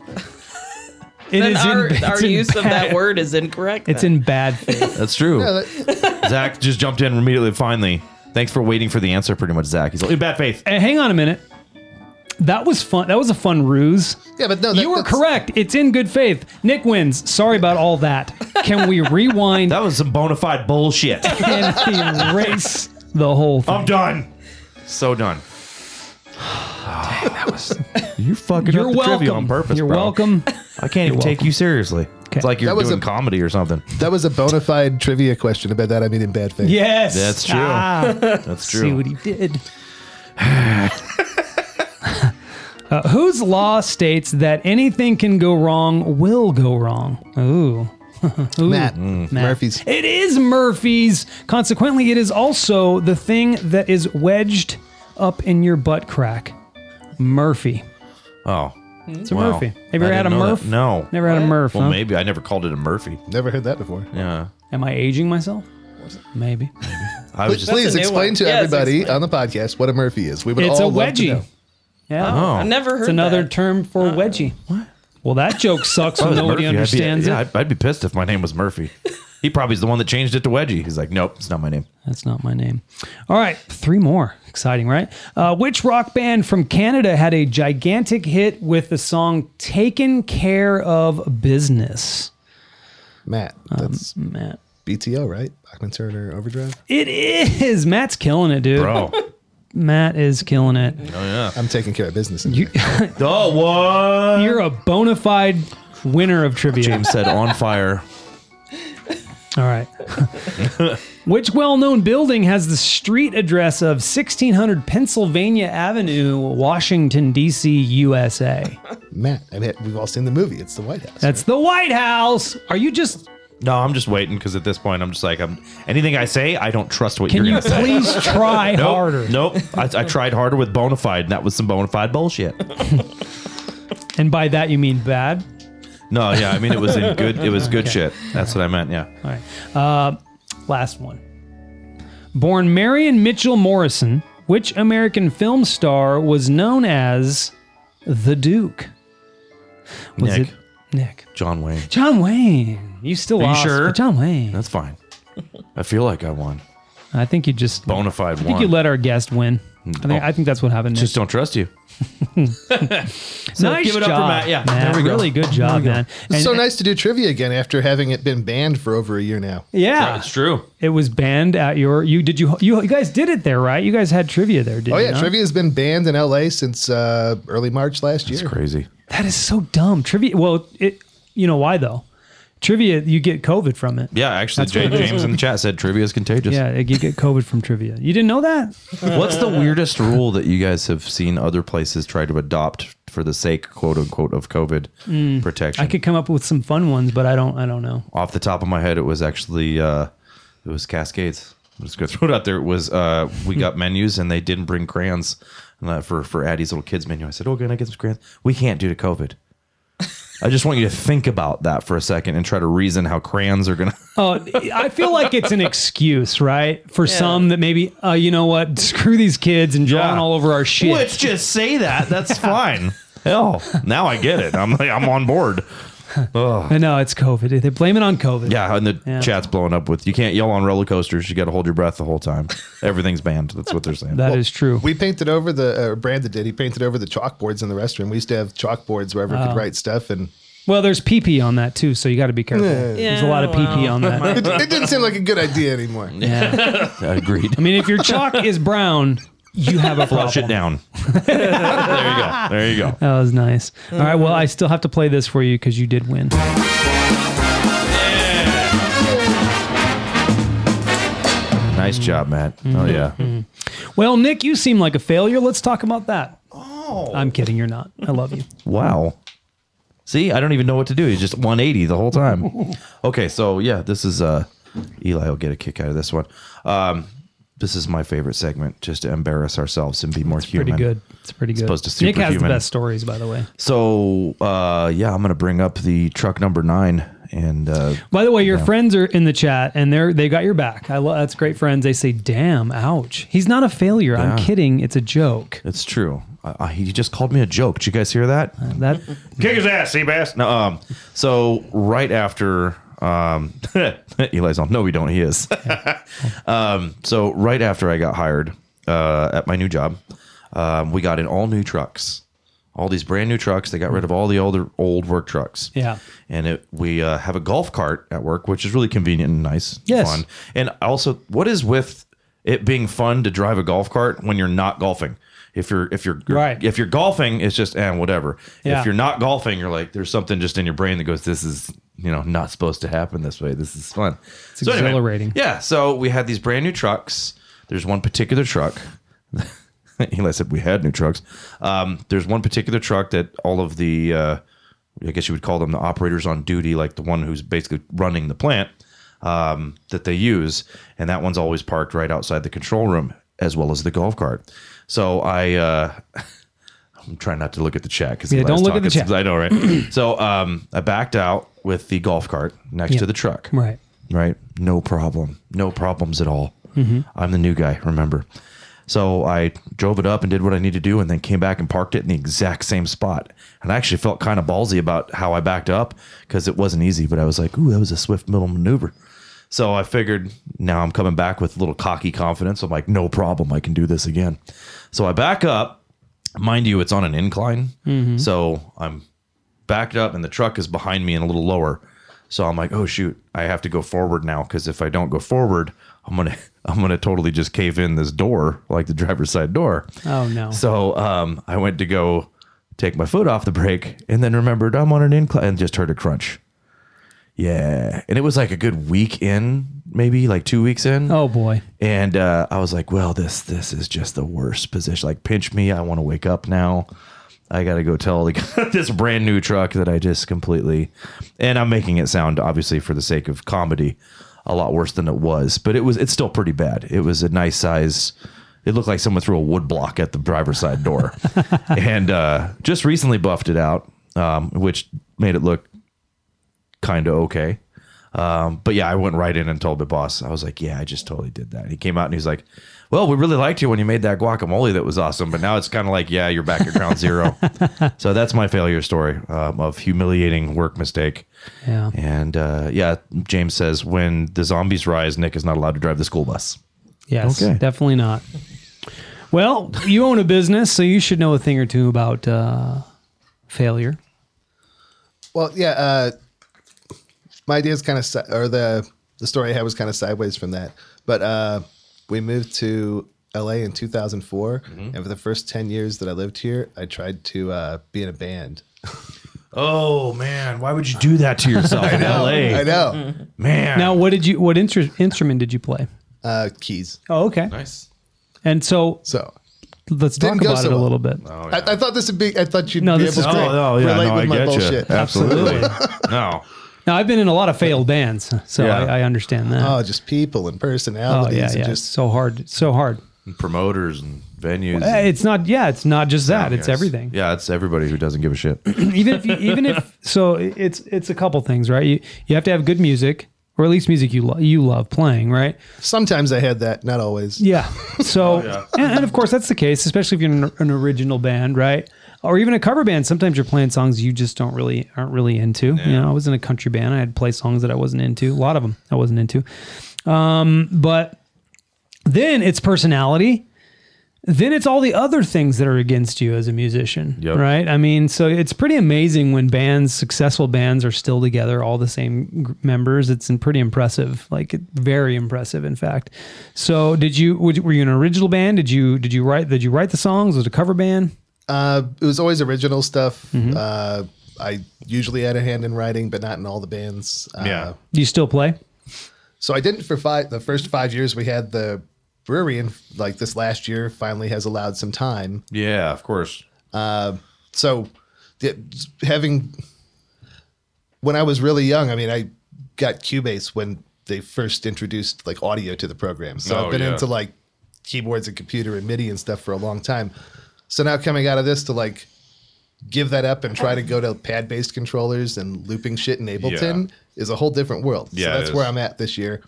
Speaker 1: It
Speaker 4: then
Speaker 1: is in-
Speaker 4: our,
Speaker 1: it's
Speaker 4: our
Speaker 1: in
Speaker 4: use of
Speaker 1: bad-
Speaker 4: that word is incorrect.
Speaker 1: It's
Speaker 4: then.
Speaker 1: in bad faith.
Speaker 2: That's true.
Speaker 3: Yeah, that-
Speaker 2: Zach just jumped in immediately. Finally, thanks for waiting for the answer. Pretty much, Zach. He's like, in bad faith.
Speaker 1: Hey, hang on a minute. That was fun. That was a fun ruse.
Speaker 3: yeah, but no, Oh, that,
Speaker 1: you were
Speaker 3: that's-
Speaker 1: correct. It's in good faith. Nick wins. Sorry about all that. Can we rewind
Speaker 2: That was some bona fide bullshit.
Speaker 1: and erase the whole thing?
Speaker 2: I'm done. So done. you fucking
Speaker 1: You're
Speaker 2: up the trivia
Speaker 1: welcome.
Speaker 2: on purpose,
Speaker 1: You're
Speaker 2: bro.
Speaker 1: welcome.
Speaker 2: I can't even take you seriously. It's like you're
Speaker 3: That was
Speaker 2: doing
Speaker 3: a-
Speaker 2: comedy or something.
Speaker 3: That was a bona fide trivia question. About that, I mean, in bad faith.
Speaker 1: Yes.
Speaker 2: That's true.
Speaker 1: Ah,
Speaker 2: That's
Speaker 1: see
Speaker 2: true.
Speaker 1: what he did. Uh, whose law states that anything can go wrong will go wrong? Ooh. Ooh.
Speaker 3: Matt, Murphy's.
Speaker 1: It is Murphy's. Consequently, it is also the thing that is wedged up in your butt crack. Murphy.
Speaker 2: Oh.
Speaker 1: It's a
Speaker 2: Wow.
Speaker 1: Murphy.
Speaker 2: I
Speaker 1: Have you ever had a
Speaker 2: didn't know
Speaker 1: Murph?
Speaker 2: that. No.
Speaker 1: Never had a Murph.
Speaker 2: Well,
Speaker 1: huh?
Speaker 2: maybe I never called it a Murphy.
Speaker 3: Never heard that before.
Speaker 2: Yeah.
Speaker 1: Am I aging myself? Maybe.
Speaker 2: I was just.
Speaker 3: Please
Speaker 4: a new
Speaker 3: explain
Speaker 4: one.
Speaker 3: to
Speaker 4: Yes,
Speaker 3: everybody
Speaker 4: explain.
Speaker 3: on the podcast what a Murphy is. We would
Speaker 1: It's a
Speaker 3: all love to
Speaker 1: wedgie.
Speaker 3: know.
Speaker 1: Yeah.
Speaker 4: Oh, I've never heard.
Speaker 1: It's another
Speaker 4: that.
Speaker 1: term for wedgie. What? Well, that joke sucks when
Speaker 2: If I was
Speaker 1: nobody
Speaker 2: "Oh, Murphy, I'd be-
Speaker 1: understands
Speaker 2: yeah,
Speaker 1: it.
Speaker 2: I'd, I'd be pissed if my name was Murphy. he probably is the one that changed it to Wedgie. He's like, nope, it's not my name.
Speaker 1: That's not my name. All right, three more. Exciting, right? Uh, which rock band from Canada had a gigantic hit with the song Taken Care of Business?
Speaker 3: Matt,
Speaker 1: Um,
Speaker 3: that's
Speaker 1: Matt.
Speaker 3: BTO, right? Bachman Turner Overdrive.
Speaker 1: It is. Matt's killing it, dude.
Speaker 2: Bro. oh,
Speaker 1: Matt is killing it.
Speaker 3: I'm taking care of business. in
Speaker 1: You,
Speaker 2: what?
Speaker 1: you're a bona fide winner of trivia.
Speaker 2: James said on fire.
Speaker 1: All right. Which well known building has the street address of 1600 Pennsylvania Avenue, Washington, D.C., USA?
Speaker 3: Matt, I mean, we've all seen the movie. It's the White House.
Speaker 1: That's the White House. Are you just.
Speaker 2: No, I'm just waiting because at this point, I'm just like, I'm, anything I say, I don't trust what
Speaker 1: Can
Speaker 2: you're
Speaker 1: you
Speaker 2: going to say.
Speaker 1: please try
Speaker 2: Nope,
Speaker 1: harder?
Speaker 2: Nope. I, I tried harder with bona fide, and that was some bona fide bullshit.
Speaker 1: And by that you mean bad?
Speaker 2: No, yeah, I mean it was in good. It was good shit. That's what I meant. Yeah.
Speaker 1: All right. Uh, last one. Born Marion Mitchell Morrison, which American film star was known as the Duke? Was
Speaker 2: Nick.
Speaker 1: it Nick?
Speaker 2: John Wayne.
Speaker 1: John Wayne. You still
Speaker 2: Are you
Speaker 1: lost,
Speaker 2: sure?
Speaker 1: but John Wayne.
Speaker 2: That's fine. I feel like I won.
Speaker 1: I think you just
Speaker 2: Bona fide
Speaker 1: I think
Speaker 2: won.
Speaker 1: you let our guest win. I think,
Speaker 2: Oh.
Speaker 1: I think that's what happened. Nick.
Speaker 2: Just don't trust you.
Speaker 1: nice
Speaker 2: give it up
Speaker 1: job,
Speaker 2: for Matt. Yeah,
Speaker 1: Matt.
Speaker 2: there we go.
Speaker 1: Really good job, man.
Speaker 3: It's
Speaker 1: And-
Speaker 3: so nice to do trivia again after having it been banned for over a year now.
Speaker 1: Yeah,
Speaker 2: It's true.
Speaker 1: it was banned at your. You did you, you you guys did it there, right? You guys had trivia there, did
Speaker 3: Oh
Speaker 1: you?
Speaker 3: yeah,
Speaker 1: not?
Speaker 3: trivia has been banned in LA since uh, early March last year.
Speaker 2: It's crazy.
Speaker 1: That is so dumb. Trivia. Well, it. You know why though? Trivia, you get COVID from it.
Speaker 2: Yeah, actually, Jay, James in the chat said trivia is contagious.
Speaker 1: Yeah, you get COVID from trivia. You didn't know that?
Speaker 2: What's the weirdest rule that you guys have seen other places try to adopt for the sake, quote unquote, of COVID protection?
Speaker 1: Mm. I could come up with some fun ones, but I don't. I don't know.
Speaker 2: off the top of my head, it was actually uh, it was Cascades. I'm just gonna throw it out there. It was uh, we got menus and they didn't bring crayons uh, for for Addie's little kids menu. I said, "Oh, can I get some crayons?" We can't due to COVID. I just want you to think about that for a second and try to reason how crayons are gonna.
Speaker 1: Oh, I feel like it's an excuse, right? For some that maybe, uh, you know what? Screw these kids and drawing
Speaker 2: Yeah.
Speaker 1: all over our shit.
Speaker 2: Let's just say that. That's fine. Hell, now I get it. I'm like, I'm on board. Ugh.
Speaker 1: No, it's COVID. They blame it on COVID.
Speaker 2: Yeah, and the
Speaker 1: Yeah.
Speaker 2: chat's blowing up with you can't yell on roller coasters. You got to hold your breath the whole time. Everything's banned. That's what they're saying.
Speaker 1: that is true.
Speaker 3: We painted over the uh, Brandon did. He painted over the chalkboards in the restroom. We used to have chalkboards wherever
Speaker 1: Oh.
Speaker 3: we could write stuff, and
Speaker 1: well, there's PP on that too, so you got to be careful. there's a lot of PP on that.
Speaker 3: it, it didn't seem like a good idea anymore.
Speaker 1: yeah.
Speaker 2: Agreed.
Speaker 1: I mean, if your chalk is brown, you have a problem.
Speaker 2: Flush it down. there you go. There you go.
Speaker 1: That was nice. All right. Well, I still have to play this for you because you did win.
Speaker 2: Nice job, Matt. Oh yeah.
Speaker 1: Well, Nick, you seem like a failure. Let's talk about that. Oh. I'm kidding. You're not. I love you.
Speaker 2: Wow. See, I don't even know what to do. He's just 180 the whole time. okay, so yeah, this is uh Eli will get a kick out of this one. Um this is my favorite segment, just to embarrass ourselves and be more human.
Speaker 1: Pretty good. It's pretty good.
Speaker 2: Supposed to
Speaker 1: Nick has the
Speaker 2: superhuman.
Speaker 1: best stories, by the way.
Speaker 2: So uh yeah, I'm gonna bring up the truck number nine and uh
Speaker 1: By the way, your friends are in the chat and they're they got your back. I love that's great friends. They say, "Damn, ouch." He's not a failure. I'm
Speaker 2: Yeah.
Speaker 1: kidding. It's a joke.
Speaker 2: it's true. I, I, he just called me a joke. Did you guys hear that?
Speaker 1: That
Speaker 2: Kick his ass, Seabass. No, um, so right after um, Eli's on. No, we don't. He is. um, so right after I got hired uh, at my new job, um, we got in all new trucks, all these brand new trucks. They got rid of all the older old work trucks.
Speaker 1: Yeah.
Speaker 2: and it, we uh, have a golf cart at work, which is really convenient and nice.
Speaker 1: Yes.
Speaker 2: fun. And also, what is with it being fun to drive a golf cart when you're not golfing? If you're if you're
Speaker 1: Right.
Speaker 2: if you're golfing, it's just and whatever.
Speaker 1: Yeah.
Speaker 2: If you're not golfing, you're like there's something just in your brain that goes, this is you know not supposed to happen this way. This is fun. It's
Speaker 1: exhilarating.
Speaker 2: yeah. So we had these brand new trucks. There's one particular truck. Eli said we had new trucks. Um, there's one particular truck that all of the, uh, I guess you would call them the operators on duty, like the one who's basically running the plant, um, that they use. And that one's always parked right outside the control room, as well as the golf cart. So I, uh, I'm trying not to look at the chat because
Speaker 1: Yeah, don't look at the chat.
Speaker 2: I know, right? so um, I backed out with the golf cart next
Speaker 1: Yeah.
Speaker 2: to the truck
Speaker 1: right.
Speaker 2: right? No problem. No problems at all. I'm the new guy, remember? So I drove it up and did what I need to do and then came back and parked it in the exact same spot. And I actually felt kind of ballsy about how I backed up because it wasn't easy, but I was like, ooh, that was a swift middle maneuver. So I figured now I'm coming back with a little cocky confidence. I'm like, no problem. I can do this again. So I back up. Mind you, it's on an incline. So I'm backed up and the truck is behind me and a little lower. So I'm like, oh shoot, I have to go forward now because if I don't go forward, I'm gonna I'm gonna totally just cave in this door, like the driver's side door.
Speaker 1: Oh, no.
Speaker 2: So um, I went to go take my foot off the brake and then remembered I'm on an incline and just heard a crunch. Yeah, and it was like a good week in, maybe like two weeks in.
Speaker 1: Oh boy.
Speaker 2: And uh, I was like, well, this this is just the worst position. Like, pinch me. I want to wake up now. I gotta go tell the, this brand new truck that I just completely, and I'm making it sound obviously for the sake of comedy, a lot worse than it was. But it was it's still pretty bad. It was a nice size. It looked like someone threw a wood block at the driver's side door, and uh, just recently buffed it out, um, which made it look kind of okay. Um, but yeah, I went right in and told the boss. I was like, "Yeah, I just totally did that." And he came out and he's like, "Well, we really liked you when you made that guacamole. That was awesome. But now it's kind of like, yeah, you're back at ground zero. so that's my failure story um, of humiliating work mistake.
Speaker 1: Yeah.
Speaker 2: And uh, yeah, James says when the zombies rise, Nick is not allowed to drive the school bus.
Speaker 1: Yes,
Speaker 2: Okay.
Speaker 1: definitely not. Well, you own a business, so you should know a thing or two about uh, failure.
Speaker 3: Well, yeah, uh, my idea is kind of, si- or the the story I had was kind of sideways from that. But uh, we moved to LA in 2004,
Speaker 1: Mm-hmm.
Speaker 3: and for the first 10 years that I lived here, I tried to uh, be in a band.
Speaker 2: Oh man, why would you do that to yourself in
Speaker 3: I
Speaker 2: L.A.
Speaker 1: Mm-hmm.
Speaker 3: know,
Speaker 2: Man,
Speaker 1: Now, what did you? What inter- instrument did you play?
Speaker 3: uh, keys.
Speaker 1: Oh, okay.
Speaker 2: nice.
Speaker 1: And so
Speaker 3: So
Speaker 1: let's talk
Speaker 3: Didn't go
Speaker 1: about
Speaker 3: so
Speaker 1: it a
Speaker 3: well.
Speaker 1: little bit.
Speaker 3: I, I thought this would be. I thought you'd
Speaker 1: No,
Speaker 3: be
Speaker 1: this
Speaker 3: able
Speaker 1: is
Speaker 3: to
Speaker 1: great.
Speaker 2: Oh, no, yeah,
Speaker 3: relate
Speaker 2: no,
Speaker 3: with
Speaker 2: I
Speaker 3: my
Speaker 2: get you.
Speaker 3: bullshit.
Speaker 2: Absolutely. no.
Speaker 1: Now, I've been in a lot of failed bands, so
Speaker 2: Yeah.
Speaker 1: I, I understand that.
Speaker 3: Oh, just people and
Speaker 1: oh
Speaker 3: personalities.
Speaker 1: yeah, yeah.
Speaker 3: And
Speaker 1: Just
Speaker 3: just
Speaker 1: so hard, so hard.
Speaker 2: Promoters and venues.
Speaker 1: Uh, It's not. Yeah, it's not just that. it's
Speaker 2: Yes.
Speaker 1: everything.
Speaker 2: Yeah, it's everybody who doesn't give a shit.
Speaker 1: even if you, even if so it's it's a couple things right you you have to have good music or at least music you lo- you love playing right
Speaker 3: sometimes I had that, not always.
Speaker 1: yeah Oh, so And, and of course that's the case especially if you're an, an original band right or even a cover band sometimes you're playing songs you just don't really aren't really into you know i was in a country band i had to play songs that i wasn't into a lot of them i wasn't into um but then it's personality then it's all the other things that are against you as a musician,
Speaker 2: Yep.
Speaker 1: right? I mean, so it's pretty amazing when bands, successful bands, are still together, all the same gr- members. It's in- pretty impressive, like it- very impressive, in fact. So, did you would you- were you an original band? Did you did you write did you write the songs? Was it a cover band?
Speaker 3: Uh, it was always original stuff.
Speaker 1: Mm-hmm.
Speaker 3: Uh, I usually had a hand in writing, but not in all the bands. Uh,
Speaker 2: Yeah.
Speaker 1: Do you still play?
Speaker 3: So I didn't for five the first five years we had the brewery, and like this last year finally has allowed some time.
Speaker 2: Yeah, of course.
Speaker 3: so the, having when I was really young, I mean, I got Cubase when they first introduced like audio to the program. So
Speaker 2: Oh,
Speaker 3: I've been
Speaker 2: yeah.
Speaker 3: into like keyboards and computer and MIDI and stuff for a long time. So now coming out of this to like give that up and try to go to pad based controllers and looping shit in Ableton is a whole different world.
Speaker 2: Yeah, it
Speaker 3: so that's where
Speaker 2: is.
Speaker 3: I'm at this year.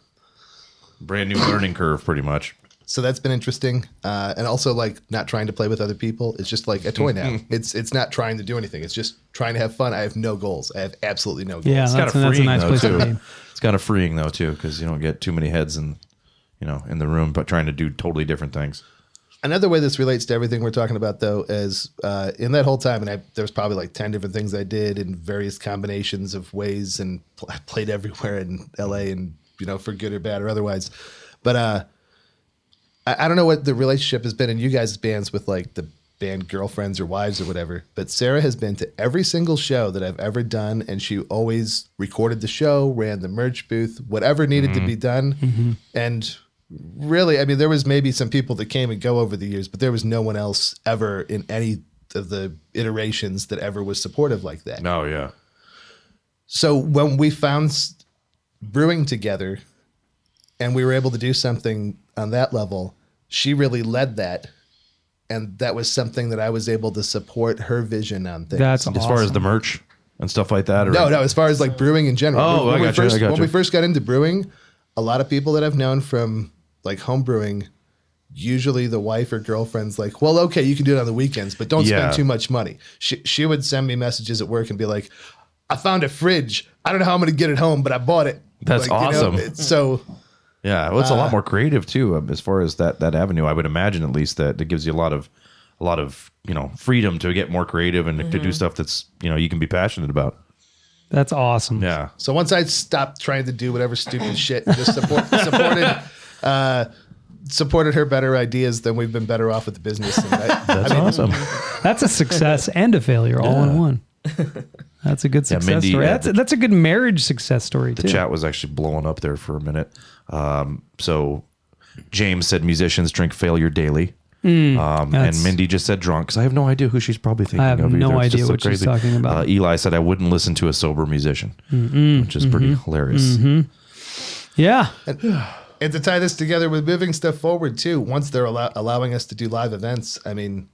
Speaker 2: Brand new learning curve, pretty much.
Speaker 3: So that's been interesting, uh, and also like not trying to play with other people. It's just like a toy now. it's it's not trying to do anything. It's just trying to have fun. I have no goals. I have absolutely no goals.
Speaker 1: Yeah,
Speaker 2: It's
Speaker 1: that's,
Speaker 2: kind of
Speaker 1: that's a
Speaker 2: freeing
Speaker 1: nice
Speaker 2: though
Speaker 1: place
Speaker 2: too.
Speaker 1: to be.
Speaker 2: It's kind of freeing though too because you don't get too many heads in, you know, in the room, but trying to do totally different things.
Speaker 3: Another way this relates to everything we're talking about though is uh, in that whole time, and I, there was probably like ten different things I did in various combinations of ways, and pl- I played everywhere in L.A. and you know for good or bad or otherwise, but uh, I, I don't know what the relationship has been in you guys' bands with like the band girlfriends or wives or whatever, but Sarah has been to every single show that I've ever done, and she always recorded the show, ran the merch booth, whatever needed to be done. And really, I mean, there was maybe some people that came and go over the years, but there was no one else ever in any of the iterations that ever was supportive like that.
Speaker 2: No, yeah,
Speaker 3: So when we found s- brewing together and we were able to do something on that level, she really led that. And that was something that I was able to support her vision on things.
Speaker 1: That's
Speaker 2: as far as
Speaker 1: awesome.
Speaker 2: the merch and stuff like that. Or,
Speaker 3: no, no, as far as like brewing in general.
Speaker 2: Oh,
Speaker 3: when
Speaker 2: I
Speaker 3: we
Speaker 2: got you, I
Speaker 3: first,
Speaker 2: got
Speaker 3: When
Speaker 2: you.
Speaker 3: we first got into brewing, a lot of people that I've known from like home brewing, usually the wife or girlfriend's like, well, okay, you can do it on the weekends, but don't
Speaker 2: Yeah.
Speaker 3: spend too much money. She, she would send me messages at work and be like, I found a fridge. I don't know how I'm going to get it home, but I bought it.
Speaker 2: That's
Speaker 3: Like, you know,
Speaker 2: awesome.
Speaker 3: it's so
Speaker 2: Yeah, well, it's a lot
Speaker 3: Uh,
Speaker 2: more creative too, um, as far as that that avenue. I would imagine at least that that gives you a lot of a lot of you know freedom to get more creative and
Speaker 3: Mm-hmm.
Speaker 2: to do stuff that's you know you can be passionate about.
Speaker 1: That's awesome.
Speaker 2: Yeah,
Speaker 3: So once I stopped trying to do whatever stupid shit, and just support, supported uh, supported her better ideas, then we've been better off with the business. And I, I
Speaker 2: that's
Speaker 3: mean,
Speaker 2: awesome.
Speaker 1: That's a success and a failure all in one. That's a good success
Speaker 2: Mindy,
Speaker 1: story.
Speaker 2: uh,
Speaker 1: That's, that's a good marriage success story too.
Speaker 2: the chat was actually blowing up there for a minute. Um, so James said musicians drink failure daily. um, and
Speaker 1: Hmm. that's-
Speaker 2: Mindy just said drunk because I have no idea who she's probably thinking of.
Speaker 1: have
Speaker 2: either.
Speaker 1: no
Speaker 2: It's just
Speaker 1: idea
Speaker 2: so
Speaker 1: what she's talking about. Mm-hmm.
Speaker 2: Uh, Eli said I wouldn't listen to a sober musician, which is pretty hilarious.
Speaker 1: Yeah.
Speaker 3: and to tie this together with moving stuff forward too, once they're allow- allowing us to do live events, I mean,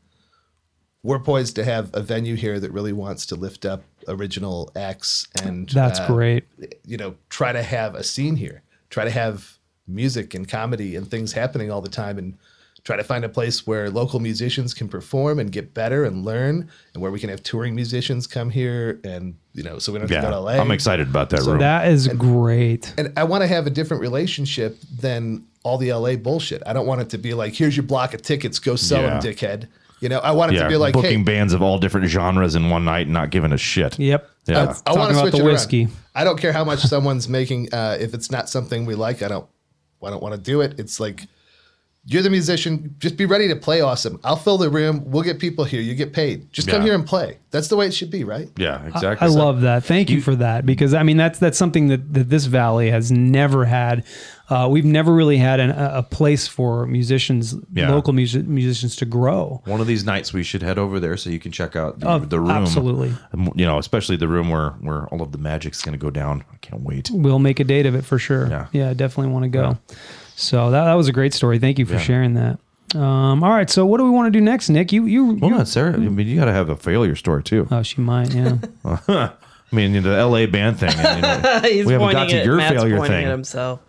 Speaker 3: we're poised to have a venue here that really wants to lift up original acts and
Speaker 1: That's
Speaker 3: uh,
Speaker 1: great.
Speaker 3: you know, try to have a scene here, try to have music and comedy and things happening all the time and try to find a place where local musicians can perform and get better and learn and where we can have touring musicians come here and you know, so we don't have to go
Speaker 2: Yeah,
Speaker 3: to LA.
Speaker 2: I'm excited about that room.
Speaker 1: That is great.
Speaker 3: And I want to have a different relationship than all the LA bullshit. I don't want it to be like, here's your block of tickets, go sell
Speaker 2: Yeah.
Speaker 3: them, dickhead. You know, I want it
Speaker 2: yeah,
Speaker 3: to be like,
Speaker 2: booking
Speaker 3: hey,
Speaker 2: bands of all different genres in one night and not giving a shit.
Speaker 1: Yep.
Speaker 2: Yeah.
Speaker 3: I- I want
Speaker 1: Talking
Speaker 3: to
Speaker 1: about
Speaker 3: switch
Speaker 1: the
Speaker 3: it around.
Speaker 1: whiskey.
Speaker 3: I don't care how much someone's making. Uh, if it's not something we like, I don't. I don't want to do it. It's like you're the musician. Just be ready to play awesome. I'll fill the room. We'll get people here. You get paid. Just come
Speaker 2: Yeah.
Speaker 3: here and play. That's the way it should be, right?
Speaker 2: yeah,
Speaker 1: I
Speaker 2: exactly.
Speaker 1: love that. Thank you, for that because I mean that's that's something that, that this valley has never had. Uh, we've never really had an, a a place for musicians,
Speaker 2: Yeah.
Speaker 1: local music, musicians to grow.
Speaker 2: One of these nights we should head over there so you can check out the,
Speaker 1: Oh,
Speaker 2: the room.
Speaker 1: absolutely.
Speaker 2: Um, You know, especially the room where where all of the magic's going to go down. I can't wait.
Speaker 1: We'll make a date of it for sure.
Speaker 2: Yeah.
Speaker 1: I definitely want to go. So that, that was a great story. Thank you for sharing that. Um, all right, so what do we want to do next, Nick? You you,
Speaker 2: Well,
Speaker 1: you-
Speaker 2: not Sarah. I mean, you got to have a failure story too.
Speaker 1: oh she might yeah.
Speaker 2: I mean, you know, the LA band thing. and, you know,
Speaker 4: He's
Speaker 2: we haven't
Speaker 4: pointing
Speaker 2: got to
Speaker 4: at,
Speaker 2: your
Speaker 4: Matt's
Speaker 2: failure
Speaker 4: pointing
Speaker 2: thing.
Speaker 4: at himself.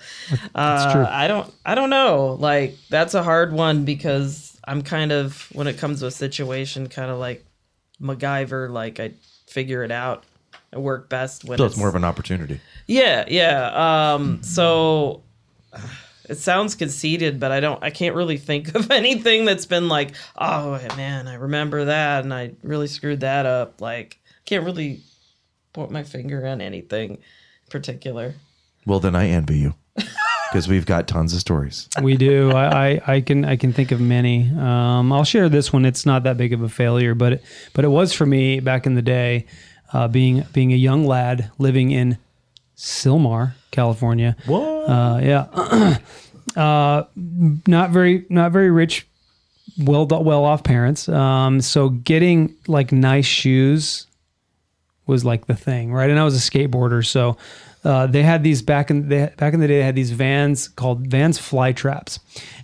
Speaker 4: Uh, I don't. I don't know. Like that's a hard one because I'm kind of when it comes to a situation, kind of like MacGyver. Like I figure it out. I work best when
Speaker 2: so
Speaker 4: it's
Speaker 2: it's more of an opportunity.
Speaker 4: Yeah, yeah. Um, so it sounds conceited, but I don't I can't really think of anything that's been like, oh man, I remember that and I really screwed that up. Like I can't really point my finger on anything in particular.
Speaker 2: Well, then I envy you because we've got tons of stories.
Speaker 1: we do. I, I, I can I can think of many. Um, I'll share this one. It's not that big of a failure, but it, but it was for me back in the day, uh, being being a young lad living in Silmar, California.
Speaker 2: Whoa.
Speaker 1: Uh, yeah, uh, not very not very rich, well well off parents. Um, so getting like nice shoes was like the thing, right? And I was a skateboarder, so uh, they had these back in they, back in the day. They had these vans called Vans Fly Traps,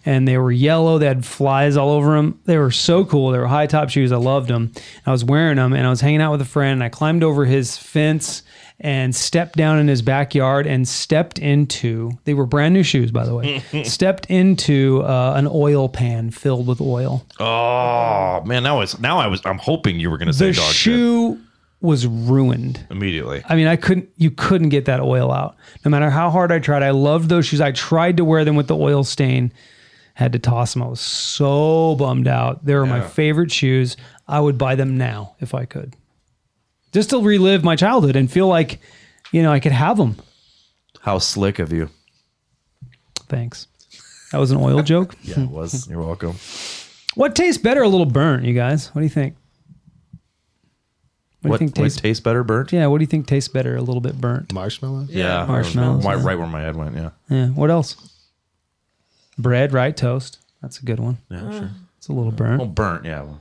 Speaker 1: and they were yellow. They had flies all over them. They were so cool. They were high top shoes. I loved them. I was wearing them, and I was hanging out with a friend. And I climbed over his fence and stepped down in his backyard and stepped into. They were brand new shoes, by the way. stepped into uh, an oil pan filled with oil.
Speaker 2: Oh man, now it's now I was I'm hoping you were gonna say
Speaker 1: The
Speaker 2: dog shit
Speaker 1: shoe was ruined.
Speaker 2: immediately.
Speaker 1: I mean, I couldn't. You couldn't get that oil out, no matter how hard I tried. I loved those shoes. I tried to wear them with the oil stain. Had to toss them. I was so bummed out. They were my favorite shoes. I would buy them now if I could, just to relive my childhood and feel like, you know, I could have them.
Speaker 2: How slick of you.
Speaker 1: Thanks. That was an oil joke.
Speaker 2: Yeah, it was. You're welcome.
Speaker 1: What tastes better? A little burnt, you guys. What do you think? What,
Speaker 2: What,
Speaker 1: do you think
Speaker 2: what
Speaker 1: tastes?
Speaker 2: tastes better, burnt?
Speaker 1: yeah. What do you think tastes better? A little bit burnt.
Speaker 3: Marshmallow?
Speaker 2: Yeah,
Speaker 1: Marshmallows,
Speaker 2: Right,
Speaker 1: yeah.
Speaker 2: right where my head went. Yeah.
Speaker 1: Yeah. What else? Bread, right? Toast. That's a good one.
Speaker 2: Yeah, sure.
Speaker 3: Mm.
Speaker 1: It's a little
Speaker 2: Well,
Speaker 1: burnt.
Speaker 2: burnt. Yeah. Well,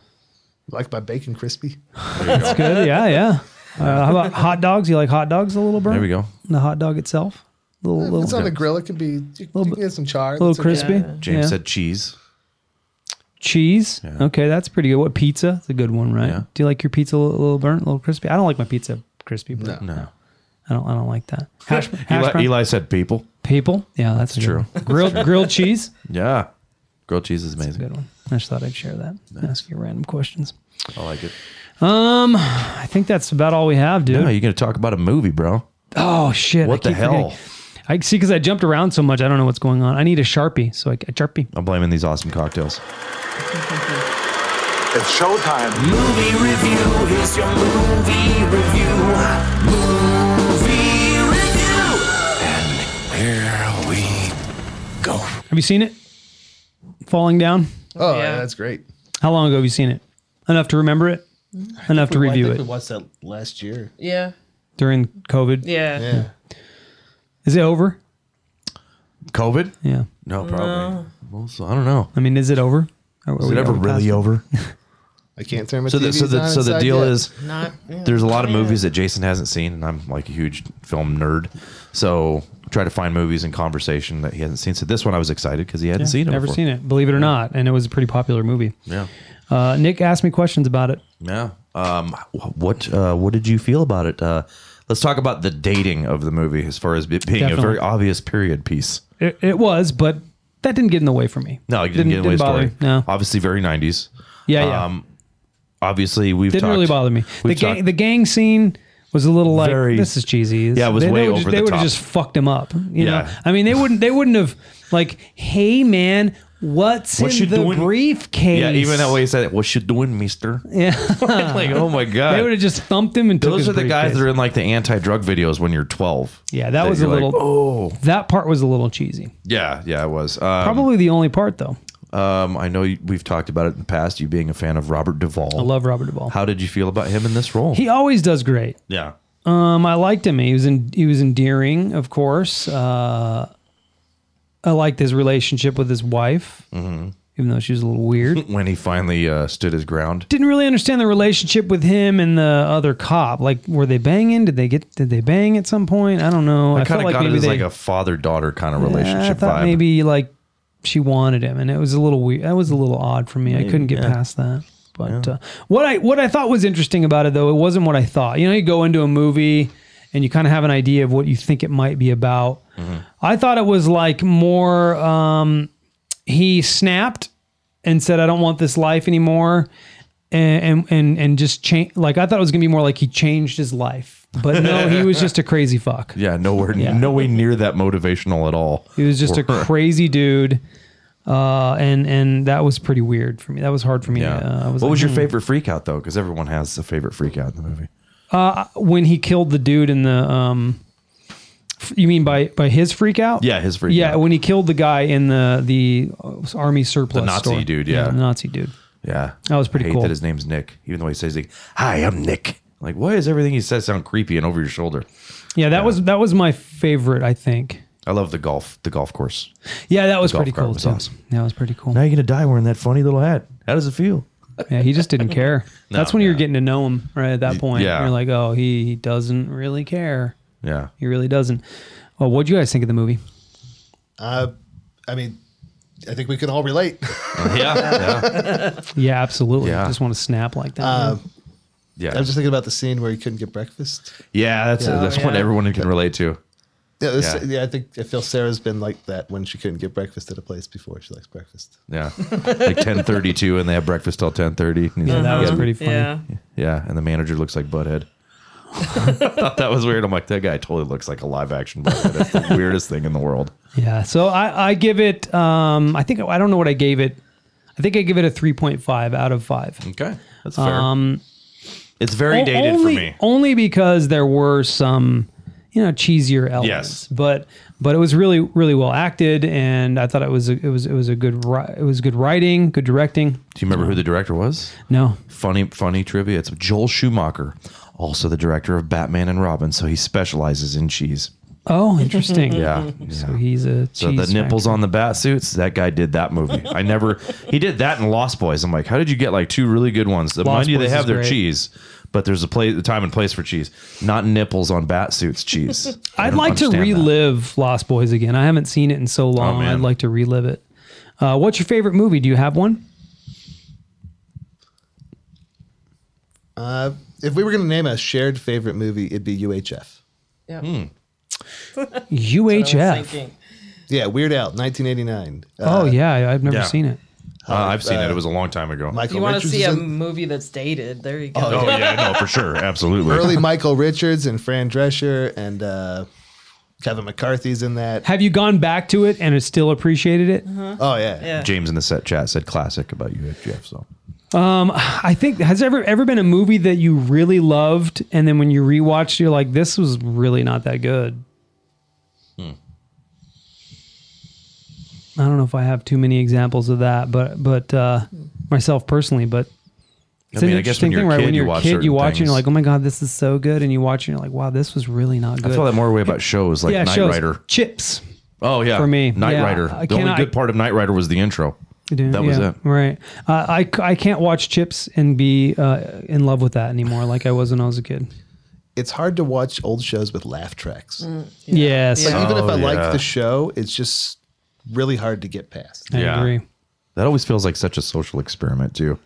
Speaker 3: Like my bacon crispy?
Speaker 1: That's good. Yeah, yeah. Uh, how about hot dogs? You like hot dogs a little burnt?
Speaker 2: there we go.
Speaker 1: The hot dog itself, a little,
Speaker 3: It's
Speaker 1: little,
Speaker 3: on the grill. It can be, you, you can
Speaker 1: bit-
Speaker 3: get some char.
Speaker 1: little
Speaker 3: That's okay.
Speaker 1: crispy.
Speaker 2: James
Speaker 1: Yeah.
Speaker 2: said cheese.
Speaker 1: cheese. Okay, that's pretty good. What pizza? It's a good one, right?
Speaker 2: Yeah.
Speaker 1: Do you like your pizza a little, a little burnt, a little crispy? I don't like my pizza crispy, but
Speaker 2: No.
Speaker 1: I don't. I don't like that. Hash, hash
Speaker 2: Eli,
Speaker 1: brown-
Speaker 2: Eli said people.
Speaker 1: people. Yeah, that's, a good
Speaker 2: true.
Speaker 1: one. Grilled grilled cheese.
Speaker 2: Yeah. Grilled cheese is amazing.
Speaker 1: Good one. I just thought I'd share that. Ask you random questions.
Speaker 2: I like it.
Speaker 1: I think that's about all we have, dude.
Speaker 2: No, you're gonna talk about a movie, bro.
Speaker 1: Oh shit!
Speaker 2: What
Speaker 1: I
Speaker 2: the
Speaker 1: keep forgetting.
Speaker 2: hell?
Speaker 1: I see because I jumped around so much. I don't know what's going on. I need a sharpie. So I, a sharpie.
Speaker 2: I'm blaming these awesome cocktails.
Speaker 6: It's showtime.
Speaker 7: Movie review is your movie review. Movie review.
Speaker 6: Here we go.
Speaker 1: Have you seen it? Falling down.
Speaker 3: Oh, yeah.
Speaker 4: Yeah.
Speaker 3: that's great.
Speaker 1: How long ago have you seen it? Enough to remember it. Enough to
Speaker 3: Well, I
Speaker 1: review
Speaker 3: think
Speaker 1: it
Speaker 3: We watched that last year.
Speaker 4: Yeah.
Speaker 1: during COVID.
Speaker 4: Yeah.
Speaker 3: Yeah.
Speaker 1: Is it over?
Speaker 2: COVID?
Speaker 1: Yeah.
Speaker 2: No, probably. Well, so I don't know.
Speaker 1: I mean, is it over? Are- are
Speaker 2: Is
Speaker 1: we-
Speaker 2: it
Speaker 1: are
Speaker 2: ever
Speaker 1: we past
Speaker 2: really
Speaker 1: it?
Speaker 2: over?
Speaker 3: I can't turn my
Speaker 2: So the, so
Speaker 3: TVs
Speaker 2: the,
Speaker 3: on
Speaker 2: so the
Speaker 3: inside
Speaker 2: deal
Speaker 3: yet.
Speaker 2: is
Speaker 4: Not. yeah.
Speaker 2: there's a lot of movies that Jason hasn't seen, and I'm like a huge film nerd. So try to find movies in conversation that he hasn't seen. So this one I was excited because he hadn't seen it.
Speaker 1: Never
Speaker 2: before.
Speaker 1: seen it. Believe it or not, and it was a pretty popular movie.
Speaker 2: Yeah.
Speaker 1: Uh, Nick asked me questions about it.
Speaker 2: Yeah. Um, wh- what uh, what did you feel about it? Uh, let's talk about the dating of the movie as far as it being a
Speaker 1: Definitely.
Speaker 2: very obvious period piece.
Speaker 1: It, it was, but that didn't get in the way for me.
Speaker 2: No, you didn't, get away
Speaker 1: bother
Speaker 2: story.
Speaker 1: me. No.
Speaker 2: Obviously very 90s.
Speaker 1: Yeah, yeah.
Speaker 2: Um, obviously we've
Speaker 1: didn't
Speaker 2: talked-
Speaker 1: really bother me. The
Speaker 2: we've
Speaker 1: gang,
Speaker 2: talked-
Speaker 1: the gang scene was a little like
Speaker 2: Very-
Speaker 1: this is cheesy. This-
Speaker 2: Yeah, it was
Speaker 1: they,
Speaker 2: way
Speaker 1: they would've
Speaker 2: over
Speaker 1: just,
Speaker 2: the
Speaker 1: They would've
Speaker 2: top.
Speaker 1: just fucked him up. You
Speaker 2: Yeah.
Speaker 1: know, I mean, they wouldn't. They wouldn't have like, hey man, what's
Speaker 2: What you
Speaker 1: in the
Speaker 2: doing?"
Speaker 1: briefcase?
Speaker 2: yeah, even that way he said it. What you doing, Mister?
Speaker 1: Yeah,
Speaker 2: like, oh my god.
Speaker 1: they would have just thumped him and took
Speaker 2: Those
Speaker 1: his
Speaker 2: are the guys
Speaker 1: briefcase.
Speaker 2: that are in like the anti-drug videos when you're 12.
Speaker 1: Yeah, that was a
Speaker 2: you're like,
Speaker 1: little-
Speaker 2: oh,
Speaker 1: That part was a little
Speaker 2: Um,
Speaker 1: cheesy.
Speaker 2: yeah, yeah, it was. Um,
Speaker 1: Probably the only part though.
Speaker 2: um, I know you, we've talked about it in the past. You being a fan of Robert Duvall.
Speaker 1: I love Robert Duvall.
Speaker 2: How did you feel about him in this role?
Speaker 1: he always does great.
Speaker 2: yeah,
Speaker 1: Um, I liked him. He was in, he was endearing, of course. Uh, I liked his relationship with his wife,
Speaker 2: Mm-hmm.
Speaker 1: even though she was a little weird.
Speaker 2: when he finally uh, stood his ground.
Speaker 1: didn't really understand the relationship with him and the other cop. Like, were they banging? Did they get? Did they bang at some point? I don't know. I,
Speaker 2: I kind
Speaker 1: felt
Speaker 2: of
Speaker 1: like
Speaker 2: got it
Speaker 1: maybe
Speaker 2: as
Speaker 1: they.
Speaker 2: like a father-daughter kind of relationship
Speaker 1: I thought
Speaker 2: vibe.
Speaker 1: maybe like she wanted him, and it was a little weird. That was a little odd for me. I couldn't get past that. But uh, what I what I thought was interesting about it though, it wasn't what I thought. You know, you go into a movie and you kind of have an idea of what you think it might be about.
Speaker 2: Mm-hmm.
Speaker 1: I thought it was like more. Um, he snapped and said, "I don't want this life anymore," and and and, and just change. Like I thought it was gonna be more like he changed his life, but no, he was just a crazy fuck.
Speaker 2: Yeah, nowhere, no way near that motivational at all.
Speaker 1: He was just a crazy dude. Uh, and and that was pretty weird for me. That was hard for me.
Speaker 2: Yeah.
Speaker 1: Uh, I was
Speaker 2: what
Speaker 1: like,
Speaker 2: was your
Speaker 1: "Hmm."
Speaker 2: favorite freak out though? Because everyone has a favorite freak out in the movie.
Speaker 1: when he killed the dude in the um? f- You mean by by his freak out?
Speaker 2: Yeah, his freak
Speaker 1: yeah.
Speaker 2: out.
Speaker 1: When he killed the guy in the the uh, army surplus,
Speaker 2: The Nazi
Speaker 1: store.
Speaker 2: dude, yeah.
Speaker 1: the Nazi dude.
Speaker 2: Yeah,
Speaker 1: That was pretty
Speaker 2: I hate
Speaker 1: cool.
Speaker 2: That his name's Nick, even though he says like, "Hi, I'm Nick." Like, why is everything he says sound creepy and over your shoulder?
Speaker 1: Yeah, that was that was my favorite, I think.
Speaker 2: I love the golf, the golf course.
Speaker 1: Yeah, that was
Speaker 2: golf
Speaker 1: pretty
Speaker 2: cart
Speaker 1: cool
Speaker 2: was
Speaker 1: too.
Speaker 2: awesome.
Speaker 1: That was pretty cool.
Speaker 2: Now you're gonna die wearing that funny little hat. How does it feel?
Speaker 1: Yeah, he just didn't care. That's when you're getting to know him, right? At that point,
Speaker 2: yeah.
Speaker 1: you're like, oh, he, he doesn't really care.
Speaker 2: Yeah,
Speaker 1: He really doesn't. Well, what'd you guys think of the movie?
Speaker 3: Uh, I mean, I think we can all relate.
Speaker 2: yeah, yeah.
Speaker 1: Yeah, absolutely.
Speaker 2: Yeah.
Speaker 1: Just want to snap like that.
Speaker 3: I was just thinking about the scene where he couldn't get breakfast.
Speaker 2: Yeah, that's
Speaker 3: Yeah.
Speaker 2: that's what
Speaker 4: yeah.
Speaker 2: everyone can relate to.
Speaker 3: Yeah, this-
Speaker 2: Yeah.
Speaker 3: yeah. I think I feel Sarah's been like that when she couldn't get breakfast at a place before she likes breakfast.
Speaker 2: Yeah, like ten thirty two, and they have breakfast till ten thirty.
Speaker 1: yeah, that was pretty funny.
Speaker 4: Yeah.
Speaker 2: uh-huh. Yeah, and the manager looks like Butthead. Thought that was weird. I'm like, that guy totally looks like a live action Butthead. That's the weirdest thing in the world.
Speaker 1: Yeah. So I, I give it, um, I think, I don't know what I gave it. I think I give it a 3.5 out of 5.
Speaker 2: Okay, that's fair. Um, it's very
Speaker 1: O-
Speaker 2: dated
Speaker 1: only,
Speaker 2: for me.
Speaker 1: Only because there were some, you know, cheesier elements.
Speaker 2: Yes.
Speaker 1: But but it was really really well acted, and I thought it was a, it was it was a good ri- it was good writing, good directing.
Speaker 2: Do you remember who the director was?
Speaker 1: No,
Speaker 2: Funny, funny trivia. It's Joel Schumacher, also the director of Batman and Robin. So he specializes in cheese.
Speaker 1: oh, interesting.
Speaker 2: Yeah.
Speaker 1: So he's a
Speaker 2: So the nipples on the bat suits, that guy did that movie. I never he did that in Lost Boys. I'm like, how did you get like two really good ones? That
Speaker 1: Lost
Speaker 2: mind you, they
Speaker 1: Boys
Speaker 2: have
Speaker 1: is
Speaker 2: their
Speaker 1: great.
Speaker 2: cheese, but there's a place, the time and place for cheese, not nipples on bat suits cheese. I
Speaker 1: I'd
Speaker 2: don't
Speaker 1: like to
Speaker 2: understand that. Oh,
Speaker 1: relive Lost Boys again. I haven't seen it in so long.
Speaker 2: man.
Speaker 1: I'd like to relive it. Uh, what's your favorite movie? Do you have one?
Speaker 3: Uh, if we were going to name a shared favorite movie, it'd be UHF.
Speaker 4: Yeah. I was
Speaker 1: UHF.
Speaker 4: thinking.
Speaker 3: Yeah, Weird Al, 1989. Uh,
Speaker 1: Oh yeah, I- I've never
Speaker 2: yeah.
Speaker 1: seen it.
Speaker 2: Uh, I've seen it. It was a long time ago.
Speaker 4: If
Speaker 3: Michael
Speaker 4: you want to
Speaker 3: Richards
Speaker 4: see
Speaker 3: is
Speaker 4: a
Speaker 3: in-
Speaker 4: movie that's dated, there you go.
Speaker 2: oh yeah, no, for sure, absolutely.
Speaker 3: early Michael Richards and Fran Drescher and uh, Kevin McCarthy's in that.
Speaker 1: Have you gone back to it and still appreciated it?
Speaker 4: Uh-huh.
Speaker 3: Oh yeah,
Speaker 4: Yeah.
Speaker 2: James in the set chat said classic about you, Jeff. So
Speaker 1: I think has there ever ever been a movie that you really loved and then when you rewatched you're like this was really not that good.
Speaker 2: Hmm.
Speaker 1: I don't know if I have too many examples of that, but but uh, myself personally, but it's
Speaker 2: mean,
Speaker 1: an
Speaker 2: I guess
Speaker 1: interesting
Speaker 2: when you're a
Speaker 1: thing, right?
Speaker 2: kid,
Speaker 1: when
Speaker 2: you
Speaker 1: you're a
Speaker 2: watch
Speaker 1: kid,
Speaker 2: certain
Speaker 1: you watch and
Speaker 2: things.
Speaker 1: you're like, oh my god, this is so good, and you watch and you're like, wow, this was really not good.
Speaker 2: I feel that more way about shows like
Speaker 1: yeah,
Speaker 2: Knight
Speaker 1: shows.
Speaker 2: Rider.
Speaker 1: Chips.
Speaker 2: Oh yeah,
Speaker 1: For me,
Speaker 2: Knight
Speaker 1: yeah.
Speaker 2: Rider.
Speaker 1: I
Speaker 2: The only
Speaker 1: cannot-
Speaker 2: good part of Knight Rider was the intro.
Speaker 1: Do-
Speaker 2: That was it.
Speaker 1: Right. Uh, I c- I can't watch Chips and be uh, in love with that anymore, like I was when I was a kid.
Speaker 3: It's hard to watch old shows with laugh tracks.
Speaker 1: Yes.
Speaker 3: Like, even if I
Speaker 2: Oh, yeah.
Speaker 3: like the show, it's just really hard to get past.
Speaker 1: I
Speaker 2: Yeah.
Speaker 1: agree.
Speaker 2: That always feels like such a social experiment too.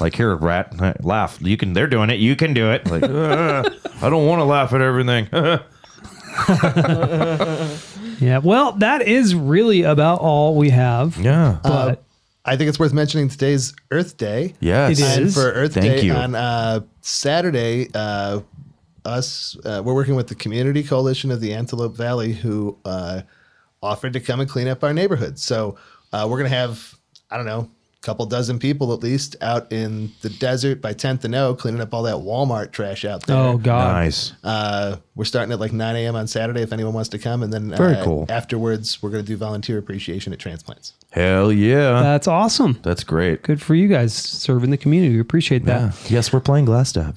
Speaker 2: Like here, rat, laugh. You can. They're doing it. You can do it. Like "Uh, I don't want to laugh at everything.
Speaker 1: Yeah. Well, that is really about all we have.
Speaker 2: yeah.
Speaker 1: But
Speaker 3: I think it's worth mentioning today's Earth Day.
Speaker 2: yes.
Speaker 1: it is.
Speaker 3: And for Earth
Speaker 2: Thank
Speaker 3: Day
Speaker 2: you.
Speaker 3: on uh, Saturday, uh, us uh, we're working with the Community Coalition of the Antelope Valley, who uh, offered to come and clean up our neighborhood. So uh, we're gonna have I don't know a couple dozen people at least out in the desert by 10th and O cleaning up all that Walmart trash out there.
Speaker 1: oh god,
Speaker 2: Nice.
Speaker 3: Uh, we're starting at like 9 a.m. on Saturday if anyone wants to come, and then
Speaker 2: Very
Speaker 3: uh,
Speaker 2: cool.
Speaker 3: Afterwards, we're gonna do volunteer appreciation at transplants.
Speaker 2: Hell yeah.
Speaker 1: that's awesome.
Speaker 2: That's great.
Speaker 1: Good for you guys serving the community. We appreciate
Speaker 2: Yeah.
Speaker 1: that.
Speaker 2: Yes, we're playing Glass Dab.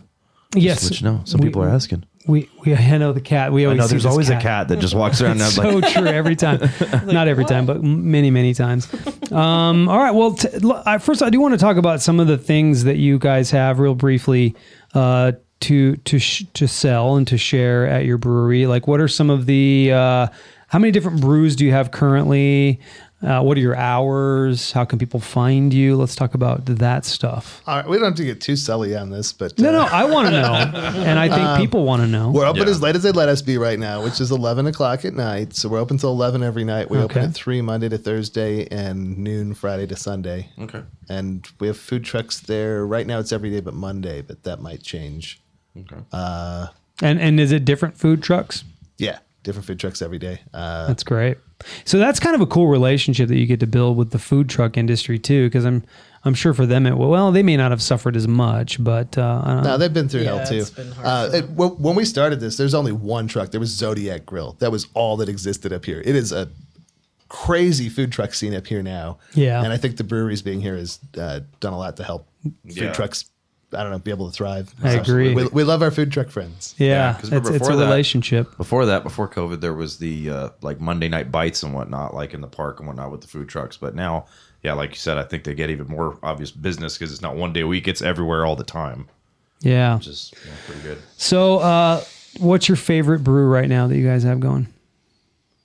Speaker 1: Yes.
Speaker 2: Which no, some
Speaker 1: we-
Speaker 2: people are asking.
Speaker 1: We we I know the cat. We
Speaker 2: I
Speaker 1: always
Speaker 2: know
Speaker 1: see
Speaker 2: there's
Speaker 1: this
Speaker 2: always a cat that just walks around. and I'm
Speaker 1: so
Speaker 2: like,
Speaker 1: true every time. Not every time, but m- many, many times. Um, all right. Well, t- l- I, first, I do want to talk about some of the things that you guys have real briefly uh, to to sh- to sell and to share at your brewery. Like, what are some of the? Uh, how many different brews do you have currently? Uh, what are your hours? How can people find you? Let's talk about that stuff.
Speaker 3: All right, we don't have to get too sully on this, but
Speaker 1: No,
Speaker 3: uh,
Speaker 1: no, I want to know, and I think people want to know.
Speaker 3: We're open
Speaker 2: Yeah.
Speaker 3: as late as they let us be right now, which is 11 o'clock at night. So we're open till 11 every night. We open
Speaker 1: Okay.
Speaker 3: at 3 Monday to Thursday and noon Friday to Sunday. Okay. And we have food trucks there. Right now it's every day but Monday, but that might change.
Speaker 1: And and is it different food trucks?
Speaker 3: Yeah, different food trucks every day. Uh,
Speaker 1: That's great. So that's kind of a cool relationship that you get to build with the food truck industry too, because I'm I'm sure for them it well they may not have suffered as much, but uh, I don't
Speaker 3: no, they've been through
Speaker 4: Yeah,
Speaker 3: hell too.
Speaker 4: it's been hard
Speaker 3: uh,
Speaker 4: for
Speaker 3: it- when when we started this, there's only one truck. There was Zodiac Grill. That was all that existed up here. It is a crazy food truck scene up here now.
Speaker 1: Yeah.
Speaker 3: And I think the breweries being here has uh, done a lot to help food trucks I don't know, be able to thrive.
Speaker 1: I agree.
Speaker 3: We, we love our food truck friends.
Speaker 1: yeah,
Speaker 2: 'cause
Speaker 1: it's,
Speaker 2: remember
Speaker 1: it's a
Speaker 2: before that-
Speaker 1: relationship.
Speaker 2: Before that, before COVID, there was the uh, like Monday night bites and whatnot, like in the park and whatnot with the food trucks. But now, yeah, like you said, I think they get even more obvious business because it's not one day a week; it's everywhere all the time.
Speaker 1: Yeah.
Speaker 2: Just you know, pretty good.
Speaker 1: So, uh, what's your favorite brew right now that you guys have going?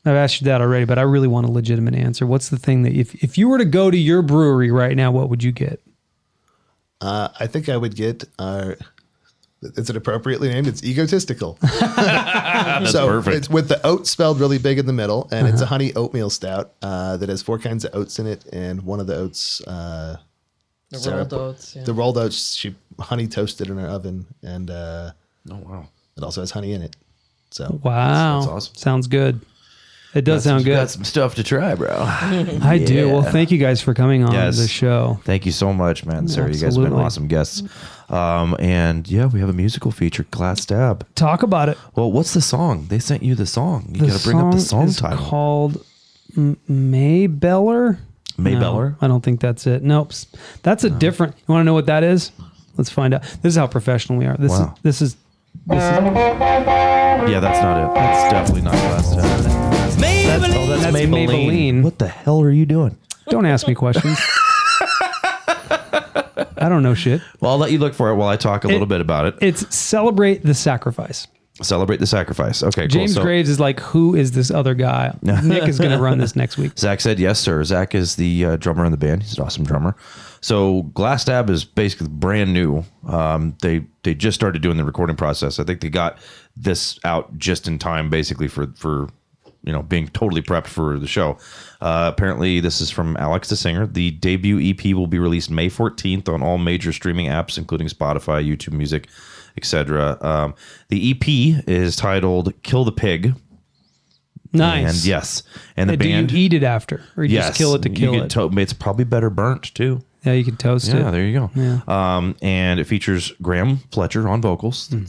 Speaker 1: I've asked you that already, but I really want a legitimate answer. What's the thing that if, if you were to go to your brewery right now, what would you get?
Speaker 3: Uh, I think I would get our. Is it appropriately named? It's egotistical. so
Speaker 2: perfect.
Speaker 3: It's with the oat spelled really big in the middle, and
Speaker 1: Uh-huh.
Speaker 3: it's a honey oatmeal stout uh, that has four kinds of oats in it, and one of the oats, uh,
Speaker 4: The
Speaker 3: Sarah
Speaker 4: rolled
Speaker 3: put-
Speaker 4: oats. Yeah.
Speaker 3: the rolled oats, she honey toasted in her oven, and uh,
Speaker 2: Oh wow,
Speaker 3: it also has honey in it. So
Speaker 1: Wow.
Speaker 2: Sounds awesome.
Speaker 1: Sounds good. It does sound good.
Speaker 2: some stuff to try, bro.
Speaker 1: I do. Well, thank you guys for coming on
Speaker 2: Yes.
Speaker 1: the show.
Speaker 2: Thank you so much, man, Sarah. You guys have been
Speaker 1: Absolutely.
Speaker 2: awesome guests. Um, and yeah, we have a musical feature, Glass Stab.
Speaker 1: Talk about it.
Speaker 2: Well, what's the song? They sent you the song. You got to bring up the song
Speaker 1: is
Speaker 2: title.
Speaker 1: called M- Maybeller.
Speaker 2: Maybeller?
Speaker 1: No, I don't think that's it. Nope. That's a different. You want to know what that is? Let's find out. This is how professional we are. This
Speaker 2: Wow.
Speaker 1: is this is
Speaker 2: yeah, that's not it. That's definitely not Glass Stab.
Speaker 1: that's, oh, that's, Maybelline.
Speaker 2: What the hell are you doing?
Speaker 1: Don't ask me questions. I don't know shit.
Speaker 2: Well, I'll let you look for it while I talk a little bit about it.
Speaker 1: It's celebrate the sacrifice.
Speaker 2: Celebrate the sacrifice. Okay, cool.
Speaker 1: James
Speaker 2: So-
Speaker 1: Graves is like, who is this other guy? Nick is going to run this next week.
Speaker 2: Zach said, "Yes, sir." Zach is the uh, drummer in the band. He's an awesome drummer. So Glass Dab is basically brand new. Um, they they just started doing the recording process. I think they got this out just in time, basically for for you know being totally prepped for the show. Uh, apparently, this is from Alex the singer. The debut EP will be released May 14th on all major streaming apps, including Spotify, YouTube Music, etc. Um, the EP is titled "Kill the Pig."
Speaker 1: Nice.
Speaker 2: And yes, and the
Speaker 1: do
Speaker 2: band
Speaker 1: you eat it after, or you just kill it to
Speaker 2: you
Speaker 1: kill
Speaker 2: can
Speaker 1: it?
Speaker 2: to- it's probably better burnt too.
Speaker 1: yeah, you can toast
Speaker 2: Yeah,
Speaker 1: it.
Speaker 2: there you go. Um, and it features Graham Fletcher on vocals.
Speaker 1: Hmm.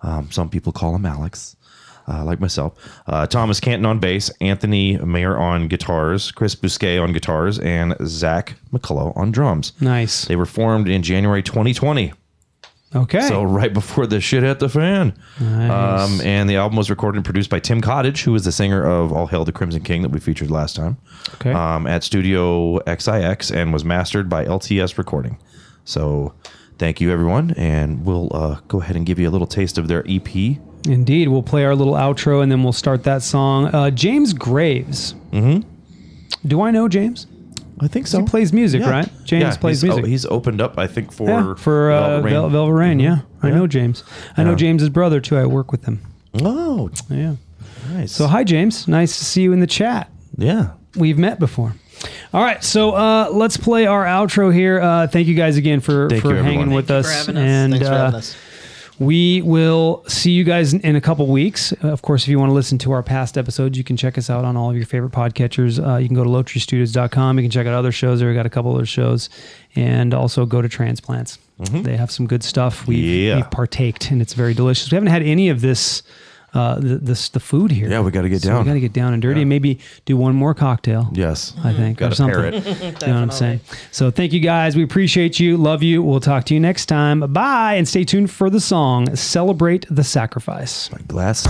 Speaker 2: Um, some people call him Alex, uh, like myself. Uh, Thomas Canton on bass, Anthony Mayer on guitars, Chris Bousquet on guitars, and Zach McCullough on drums.
Speaker 1: Nice.
Speaker 2: They were formed in January 2020.
Speaker 1: Okay.
Speaker 2: So right before the shit hit the fan.
Speaker 1: Nice.
Speaker 2: Um, and the album was recorded and produced by Tim Cottage, who is the singer of All Hail the Crimson King that we featured last time.
Speaker 1: Okay.
Speaker 2: Um, at Studio XIX and was mastered by LTS Recording. So thank you everyone, and we'll uh, go ahead and give you a little taste of their E EP.
Speaker 1: Indeed, we'll play our little outro and then we'll start that song. Uh, James Graves. Mm-hmm. Do I know James?
Speaker 2: I think so.
Speaker 1: He plays music,
Speaker 2: Yeah.
Speaker 1: right? James
Speaker 2: Yeah,
Speaker 1: plays
Speaker 2: he's-
Speaker 1: music.
Speaker 2: Oh, he's opened up, I think, for
Speaker 1: yeah, for uh,
Speaker 2: Velvet Rain. Mm-hmm.
Speaker 1: Vel- Velvet Rain. Yeah, I know James. I know James's brother too. I work with him.
Speaker 2: Oh,
Speaker 1: Yeah.
Speaker 2: nice.
Speaker 1: So hi, James. Nice to see you in the chat.
Speaker 2: yeah.
Speaker 1: We've met before. All right, so uh, let's play our outro here. Uh, thank you guys again for
Speaker 2: Thank
Speaker 1: for
Speaker 2: you, everyone.
Speaker 1: hanging with
Speaker 4: Thank you
Speaker 1: us,
Speaker 4: for having us.
Speaker 1: and
Speaker 3: thanks for
Speaker 1: uh,
Speaker 3: having us.
Speaker 1: We will see you guys in- in a couple weeks. Uh, Of course, if you want to listen to our past episodes, you can check us out on all of your favorite podcatchers. Uh, you can go to lotreestudios.com. You can check out other shows. There we got a couple other shows. And also go to Transplants. They have some good stuff. We've,
Speaker 2: Mm-hmm. Yeah.
Speaker 1: we've partaked, and it's very delicious. We haven't had any of this. Uh, the, this the food here.
Speaker 2: Yeah, we gotta get
Speaker 1: So
Speaker 2: down.
Speaker 1: We got to get down and dirty, and maybe do one more cocktail.
Speaker 2: Yes.
Speaker 1: I think or
Speaker 2: Gotta
Speaker 1: something.
Speaker 2: pair it.
Speaker 1: You know what I'm saying? So thank you guys. We appreciate you. Love you. We'll talk to you next time. Bye. And stay tuned for the song Celebrate the Sacrifice.
Speaker 2: Glass.